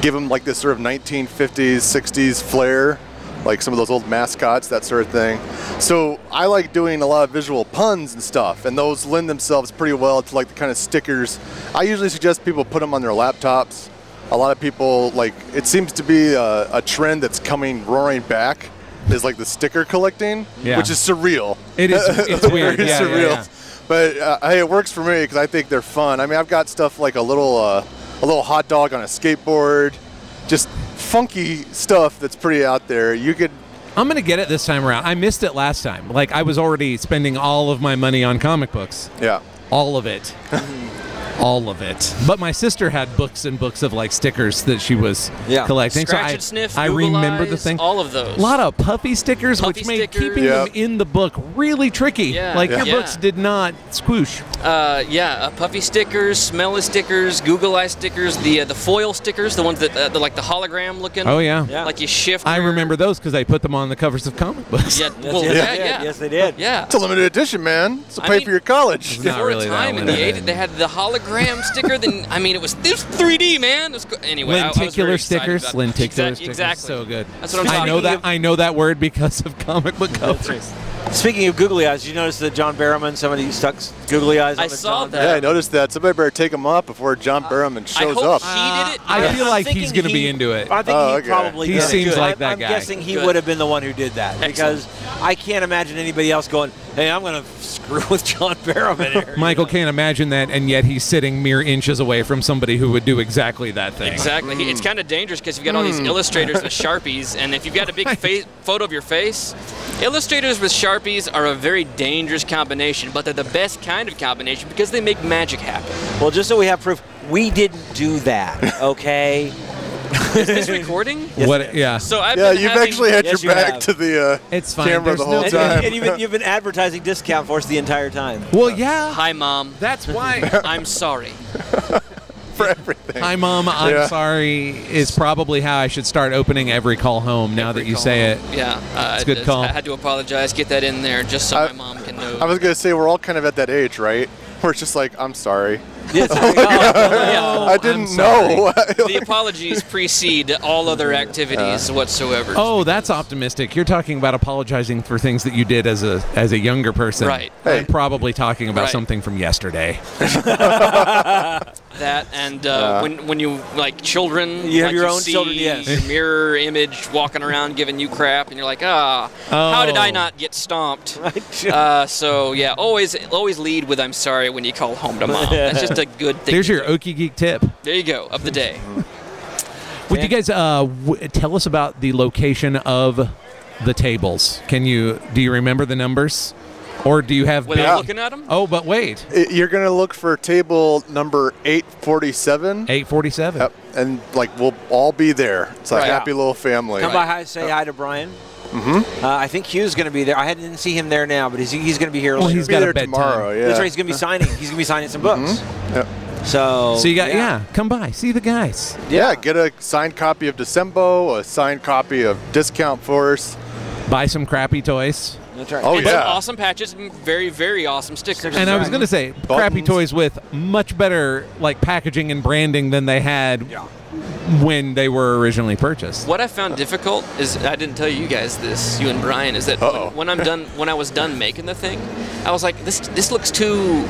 G: give them like this sort of 1950s, 60s flair, like some of those old mascots, that sort of thing. So I like doing a lot of visual puns and stuff, and those lend themselves pretty well to like the kind of stickers. I usually suggest people put them on their laptops. A lot of people like it seems to be a, a trend that's coming roaring back is like the sticker collecting,
B: Yeah.
G: which is surreal.
B: It is. It's weird.
G: [LAUGHS] Very
B: Yeah, yeah,
G: surreal.
B: yeah.
G: But uh, hey, it works for me because I think they're fun. I mean, I've got stuff like a little uh, a little hot dog on a skateboard, just funky stuff that's pretty out there. You could
B: I'm gonna get it this time around. I missed it last time. Like I was already spending all of my money on comic books,
G: yeah.
B: all of it, all of it. But my sister had books and books of like stickers that she was
A: Yeah.
B: collecting.
H: Scratch
B: so I,
H: and sniff.
B: I
H: Google
B: remember the
H: Eyes,
B: thing.
H: All of those.
B: A lot of puffy stickers,
H: Puffy
B: which made
H: stickers.
B: keeping them
G: Yeah.
B: in the book really tricky.
H: Yeah.
B: Like your
H: Yeah.
B: books did not squish.
H: Uh, yeah, uh, puffy stickers, smelly stickers, Google Eye stickers, the uh, the foil stickers, the ones that uh, they're like the hologram looking.
B: Oh yeah.
A: Yeah.
H: Like you shift.
B: I
H: your-
B: remember those because I put them on the covers of comic books.
H: Yeah.
A: Yes,
H: Well,
A: yes,
H: yeah,
A: they did.
H: yeah.
A: Yes, they did.
H: Yeah.
G: It's a limited edition, man. It's a
H: I
G: pay
H: mean-
G: for your college.
B: Not
H: For
B: really
H: a
B: that
H: time in the
B: limited.
H: 80s, they had the hologram sticker. Then I mean, it was this 3D man. It was, co- anyway, I- I was very
B: lenticular
H: excited
B: stickers.
H: about-
B: Lenticular
H: Exact-
B: stickers.
H: Exactly.
B: So good.
H: That's what I'm
B: I
H: talking
B: know that
H: about.
B: I know that word because of comic book covers.
A: Speaking of googly eyes, did you notice that John Barrowman, somebody stuck googly eyes on
H: I
A: his
H: saw
A: John?
H: that.
G: yeah, I noticed that. Somebody better take him up before John Barrowman
H: I
G: shows
H: hope
G: up.
H: he did it.
B: I feel like he's
A: thinking
B: going to be
A: he-
B: into it.
A: I think
G: Oh,
A: he
G: okay.
A: probably
B: He
A: did it.
B: seems
A: Good.
B: like that
A: I'm,
B: guy.
A: I'm guessing he
H: Good.
A: would have been the one who did that
H: Excellent.
A: because I can't imagine anybody else going, "Hey, I'm going to screw [LAUGHS] with John Barrowman here."
B: Michael can't imagine that, and yet he's sitting mere inches away from somebody who would do exactly that thing.
H: Exactly. He- It's kind of dangerous because you've got all
B: Hmm.
H: these
B: [LAUGHS]
H: illustrators with sharpies, and if you've got a big fa- photo of your face, illustrators with sharpies are a very dangerous combination. But they're the best kind of combination because they make magic happen.
A: Well, just so we have proof, we didn't do that. [LAUGHS] Okay.
B: [LAUGHS]
H: Is this recording?
B: What? Yeah.
H: So I've
G: Yeah,
H: been
G: you've
H: having-
G: actually had
A: Yes,
G: your
A: you
G: back
A: have.
G: to the uh,
B: It's fine.
G: camera
B: There's
G: the
B: no- [LAUGHS]
G: whole
A: and,
G: time.
A: and, and even you've been advertising discount for us the entire [LAUGHS] time.
B: Well, yeah.
H: Hi, mom.
B: That's
H: [LAUGHS]
B: why.
H: I'm sorry.
G: for everything.
B: Hi, mom. I'm
G: Yeah.
B: sorry. Is probably how I should start opening every call home. Now that you say it.
H: Yeah, uh,
B: It's a good
H: I-
B: call.
H: I had to apologize. Get that in there just so
G: I-
H: my mom can know.
G: I was gonna say we're all kind of at that age, right? [LAUGHS] Where it's just like, I'm sorry.
A: Yes, oh,
H: Oh,
A: yeah.
G: I didn't
B: sorry.
G: know. [LAUGHS]
H: the apologies precede all other activities whatsoever.
B: Oh, that's optimistic. You're talking about apologizing for things that you did as a as a younger person.
H: Right.
B: I'm probably talking about
H: Right.
B: something from yesterday.
H: that and uh,
G: Yeah.
H: when when you like children,
A: You have
H: like
A: your own
H: see
A: children, yes.
H: your mirror image walking around giving you crap, and you're like, ah, how did I
B: Oh.
H: not
B: [LAUGHS]
H: get stomped? Uh, so yeah, always always lead with I'm sorry when you call home to mom. That's just a good thing.
B: There's
H: to
B: your
H: do.
B: Okie Geek tip.
H: there you go of the day.
B: Would you guys uh, w- tell us about the location of the tables? Can you do you remember the numbers, or do you have? big-
H: Without looking at them,
B: Oh, but wait,
G: It- You're gonna look for table number 847.
B: eight forty-seven.
G: Yep, and like we'll all be there. It's a
H: Right.
G: happy little family.
A: Come by, hi, say hi to Brian. Mm-hmm. Uh, I think Hugh's going to be there. I hadn't see him there now, but he's, he's going to be here
B: Well,
A: later.
B: he's
G: be
B: got a
G: there
B: bedtime.
G: tomorrow. Yeah.
A: That's right. He's going to be signing. He's going to be signing some books.
G: Yep.
A: So.
B: So you got yeah. Come by, see the guys.
G: Yeah, get a signed copy of Decembo, a signed copy of Discount Force.
B: Buy some crappy toys.
A: That's right.
G: Oh
H: and some
G: yeah.
H: awesome patches, and very very awesome stickers.
B: And I was gonna say crappy
G: Buttons.
B: toys with much better like packaging and branding than they had when they were originally purchased.
H: What I found difficult is I didn't tell you guys this, you and Brian, is that
G: Uh-oh.
H: when, when I'm done, when I was done making the thing, I was like, this this looks too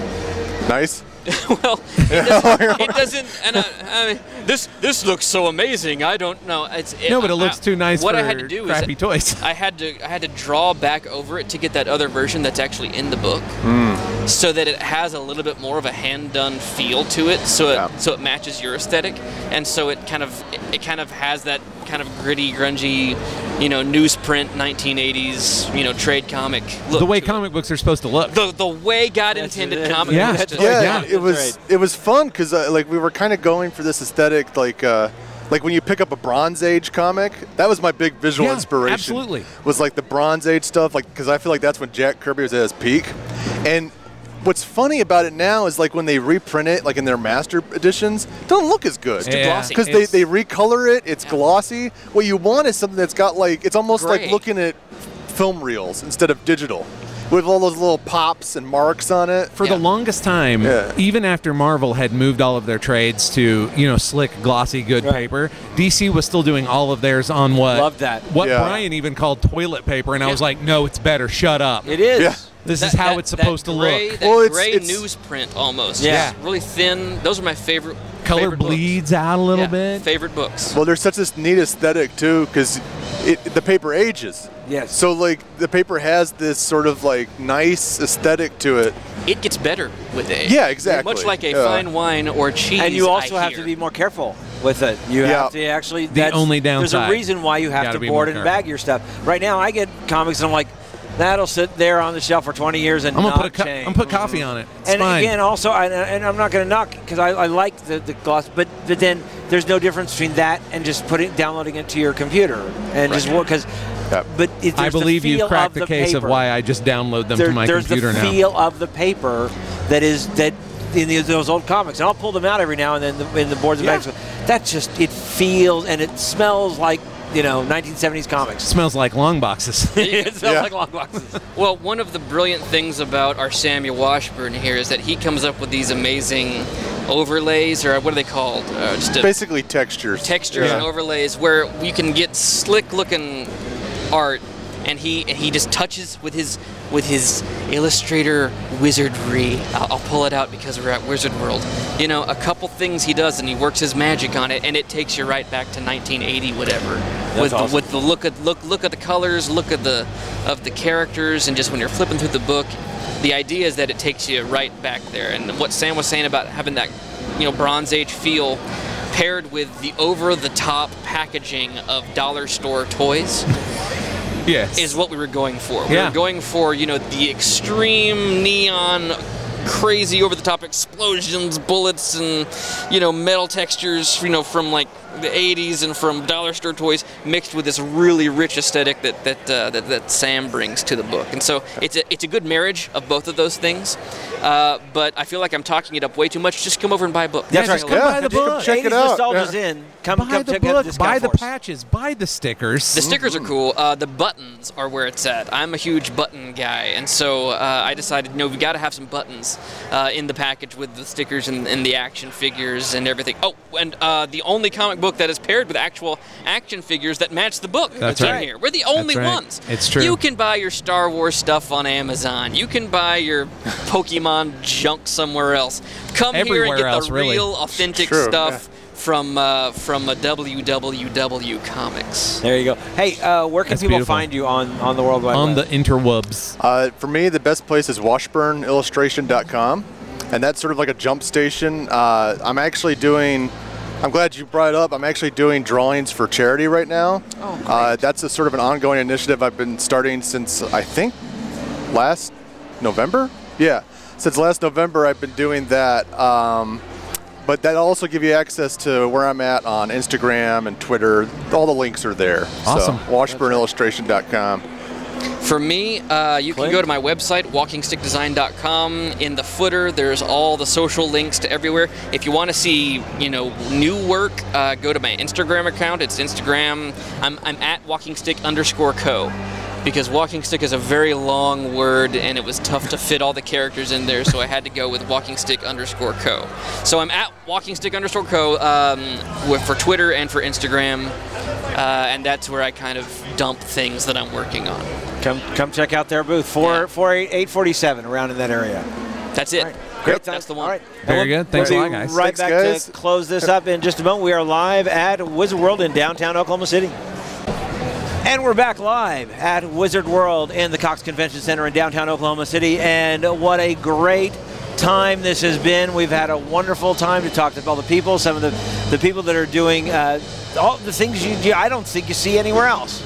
G: Nice.
H: [LAUGHS] well.
B: [LAUGHS]
H: It doesn't. it doesn't and I, I mean, this this looks so amazing. I don't know. It's it,
B: No, but it looks
H: I-
B: too nice
H: What
B: for
H: I had to do is
B: crappy toys.
H: [LAUGHS] I had to I had to draw back over it to get that other version that's actually in the book,
B: Hmm.
H: so that it has a little bit more of a hand done feel to it, so it
G: Yeah.
H: so it matches your aesthetic, and so it kind of it, kind of has that kind of gritty, grungy, you know, newsprint 1980s you know trade comic look.
B: the way
H: to it.
B: comic books are supposed to look.
H: the the way God
A: That's
H: intended
A: it.
H: comic
B: Yeah.
H: books to
A: Yeah.
H: look.
G: [LAUGHS] yeah,
B: yeah.
G: it was
A: That's
G: it was fun because uh, like we were kind of going for this aesthetic, like uh, like when you pick up a Bronze Age comic. That was my big visual
B: Yeah,
G: inspiration.
B: absolutely.
G: was like the Bronze Age stuff, like because I feel like that's when Jack Kirby was at his peak, and. what's funny about it now is like when they reprint it, like in their master editions, it doesn't look as good.
H: It's too Yeah. glossy.
G: Because they,
B: It's-
G: they recolor it, it's glossy. What you want is something that's got like, it's almost
H: Gray.
G: like looking at film reels instead of digital with all those little pops and marks on it.
B: for the
H: Yeah.
B: longest time,
G: Yeah.
B: even after Marvel had moved all of their trades to you know slick, glossy, good
A: Right.
B: paper, DC was still doing all of theirs on what
A: Love that.
B: what
G: Yeah.
B: Brian even called toilet paper, and I was
H: Yeah.
B: like, no, it's better. Shut up.
A: It is.
G: Yeah.
B: this is
H: That-
B: how
H: that-
B: it's supposed
H: that
B: to
H: gray,
B: look.
H: That
G: Well, it's-
H: gray
G: it's-
H: newsprint almost.
A: Yeah.
H: It's really thin. Those are my favorite.
B: Color
H: favorite books.
B: bleeds out a little
H: Yeah,
B: bit.
H: Favorite books.
G: Well, there's such this neat aesthetic too, because it the paper ages.
A: Yes.
G: So like the paper has this sort of like nice aesthetic to it.
H: it gets better with age.
G: Yeah, exactly.
H: Much like a
G: Yeah.
H: fine wine or cheese.
A: And you also
H: I
A: have
H: hear.
A: to
H: [LAUGHS]
A: be more careful with it. You
G: Yeah.
A: have to actually. that's-
B: only
A: There's
B: downside.
A: a reason why you have
B: Gotta
A: to
B: be
A: board
B: more
A: and bag your stuff. Right now, I get comics and I'm like, that'll sit there on the shelf for 20 years and
B: I'm gonna
A: not
B: put a cu- I'm
A: change.
B: gonna put coffee on it. It's
A: and
B: fine.
A: again, also, I, and I'm not going to knock because I, I like the, the gloss, but but then there's no difference between that and just putting downloading it to your computer and just what because.
G: Yep.
A: But it,
B: I
A: there's the
B: believe
A: feel
B: you've
A: of
B: cracked the, case
A: paper.
B: of why I just download them
A: There-
B: to my
A: there's
B: computer
A: the
B: now.
A: feel of the paper that is that in the, those old comics, and I'll pull them out every now and then the, in the boards and
B: Yeah.
A: bags. That's just it feels and it smells like you know 1970s comics. [LAUGHS]
B: smells like long boxes.
A: it smells
G: Yeah.
A: like lock boxes.
H: Well, one of the brilliant things about our Samuel Washburn here is that he comes up with these amazing overlays, or what are they called? Uh, just a
G: Basically textures.
H: textures and
G: Yeah.
H: overlays where you can get slick looking art, and he and he just touches with his with his illustrator wizardry. I'll, I'll pull it out because we're at Wizard World. You know, a couple things he does, and he works his magic on it, and it takes you right back to 1980, whatever. with
A: awesome.
H: the, with the look at look look at the colors, look at the of the characters, and just when you're flipping through the book, the idea is that it takes you right back there. And what Sam was saying about having that, you know, Bronze Age feel, paired with the over-the-top packaging of dollar store toys
B: yes.
H: is what we were going for. We
B: Yeah.
H: were going for, you know, the extreme neon, crazy over the top explosions, bullets, and, you know, metal textures, you know, from like the 80s and from dollar store toys mixed with this really rich aesthetic that that, uh, that, that Sam brings to the book. And so it's a, it's a good marriage of both of those things. Uh, but I feel like I'm talking it up way too much. Just come over and buy a book.
B: Yeah, just come
G: Yeah,
B: buy the
G: just come
B: book.
G: check it
A: 80s
G: out.
A: Nostalgia's
G: Yeah.
A: in. Come,
B: buy
A: come
B: the
A: check
B: book,
A: out this
B: buy
A: guy
B: the
A: for us.
B: patches, buy the stickers.
H: The stickers are cool. Uh, the buttons are where it's at. I'm a huge button guy, and so uh, I decided, no, we got to have some buttons uh, in the package with the stickers and, and the action figures and everything. Oh, and uh, the only comic book that is paired with actual action figures that match the book
B: That's
H: is in
B: right.
H: here. We're the only
B: right.
H: ones.
B: It's true.
H: You can buy your Star Wars stuff on Amazon. You can
B: [LAUGHS]
H: buy your Pokemon junk somewhere else. Come here
B: Everywhere
H: and get
B: else,
H: the
B: really.
H: real, authentic
G: True,
H: stuff. From uh, from a WWW comics.
A: There you go. Hey, uh, where can
B: That's
A: people
B: beautiful.
A: find you on on the World Wide
B: on the
A: Web?
B: interwebs.
G: Uh, for me, the best place is WashburnIllustration.com, and that's sort of like a jump station. Uh, I'm actually doing. I'm glad you brought it up. I'm actually doing drawings for charity right now. Oh, uh, that's a sort of an ongoing initiative I've been starting since I think last November. Yeah, since last November I've been doing that. Um, but that'll also give you access to where I'm at on Instagram and Twitter. All the links are there.
B: Awesome.
G: So, WashburnIllustration.com.
H: For me, uh, you can go to my website, walkingstickdesign.com. In the footer, there's all the social links to everywhere. If you want to see, you know, new work, uh, go to my Instagram account. It's Instagram. I'm, I'm at walkingstick underscore co. Because walking stick is a very long word, and it was tough to fit all the characters in there, so I had to go with walking stick underscore co. So I'm at walking stick underscore co um, with- for Twitter and for Instagram, uh, and that's where I kind of dump things that I'm working on.
A: Come come check out their booth. Four
H: Yeah.
A: four eight eight forty seven around in that area.
H: That's it.
A: All right. Great. time.
H: That's the one.
A: All right.
B: Very
A: And we'll-
B: good. Thanks a
A: we'll
B: lot,
A: be
B: guys.
A: Right
G: Thanks,
A: back
G: guys.
A: to close this up in just a moment. We are live at Wizard World in downtown Oklahoma City. And we're back live at Wizard World in the Cox Convention Center in downtown Oklahoma City. And what a great time this has been. We've had a wonderful time to talk to all the people, some of the, the people that are doing uh, all the things you do, I don't think you see anywhere else.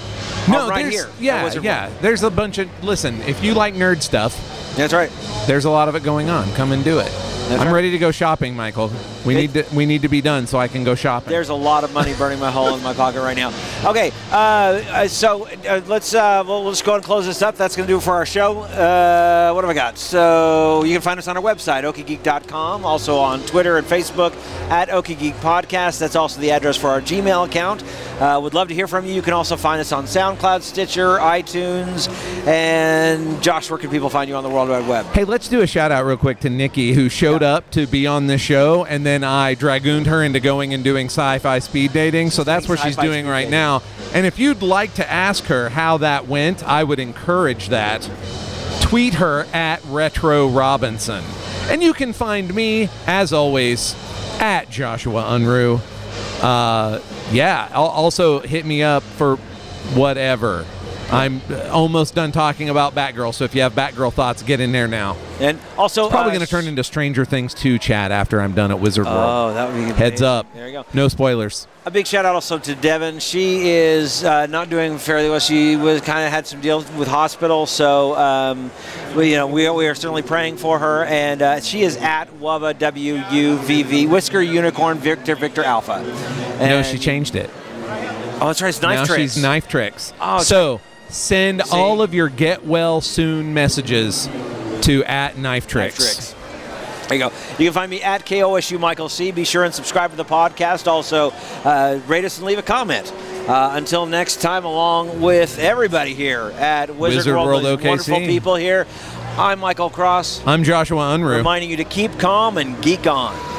B: No,
A: Are Oh, right
B: there's
A: here. at
B: yeah,
A: Wizard
B: yeah.
A: World.
B: There's a bunch of listen. If you like nerd stuff,
A: That's right.
B: there's a lot of it going on. Come and do it. I'm ready to go shopping, Michael. We need to we need to be done so I can go shopping.
A: There's a lot of money burning my hole in my pocket right now. Okay, uh, uh, so uh, let's uh, we'll, we'll just go and close this up. That's going to do it for our show. Uh, what have I got? So you can find us on our website, okiegeek.com, also on Twitter and Facebook at Okiegeek Podcast. That's also the address for our Gmail account. Uh, would love to hear from you. You can also find us on SoundCloud, Stitcher, iTunes, and Josh. Where can people find you on the World Wide Web?
B: Hey, let's do a shout out real quick to Nikki, who showed up to be on this show, and then I dragooned her into going and doing sci fi speed dating. So that's what she's
A: Sci-fi
B: doing
A: speed
B: right
A: dating.
B: now. And if you'd like to ask her how that went, I would encourage that. Tweet her at Retro Robinson. And you can find me, as always, at Joshua Unruh. Uh, yeah, al- also hit me up for whatever. I'm almost done talking about Batgirl, so if you have Batgirl thoughts, get in there now.
A: And also
B: Probably
A: uh,
B: going to turn into Stranger Things 2 chat after I'm done at Wizard World.
A: Oh, that would be
B: Heads
A: amazing.
B: up.
A: There you go.
B: No spoilers.
A: A big shout out also to Devin. She is uh, not doing fairly well. She was kind of had some deals with hospital, so um, we, you know we, are- we are certainly praying for her. And uh, she is at Wubba W U V V Whisker Unicorn Victor Victor Alpha. And,
B: no, she changed it.
A: Oh, that's right. It's knife
B: now
A: tricks.
B: she's knife tricks.
A: Oh, it's-
B: so send
A: See?
B: all of your get well soon messages to at knife
A: Knife
B: tricks.
A: tricks. There you go. You can find me at KOSU Michael C. Be sure and subscribe to the podcast. Also, uh, rate us and leave a comment. Uh, until next time, along with everybody here at Wizard,
B: Wizard
A: World,
B: World
A: these
B: OKC.
A: wonderful people here. I'm Michael Cross,
B: I'm Joshua Unruh.
A: reminding you to keep calm and geek on.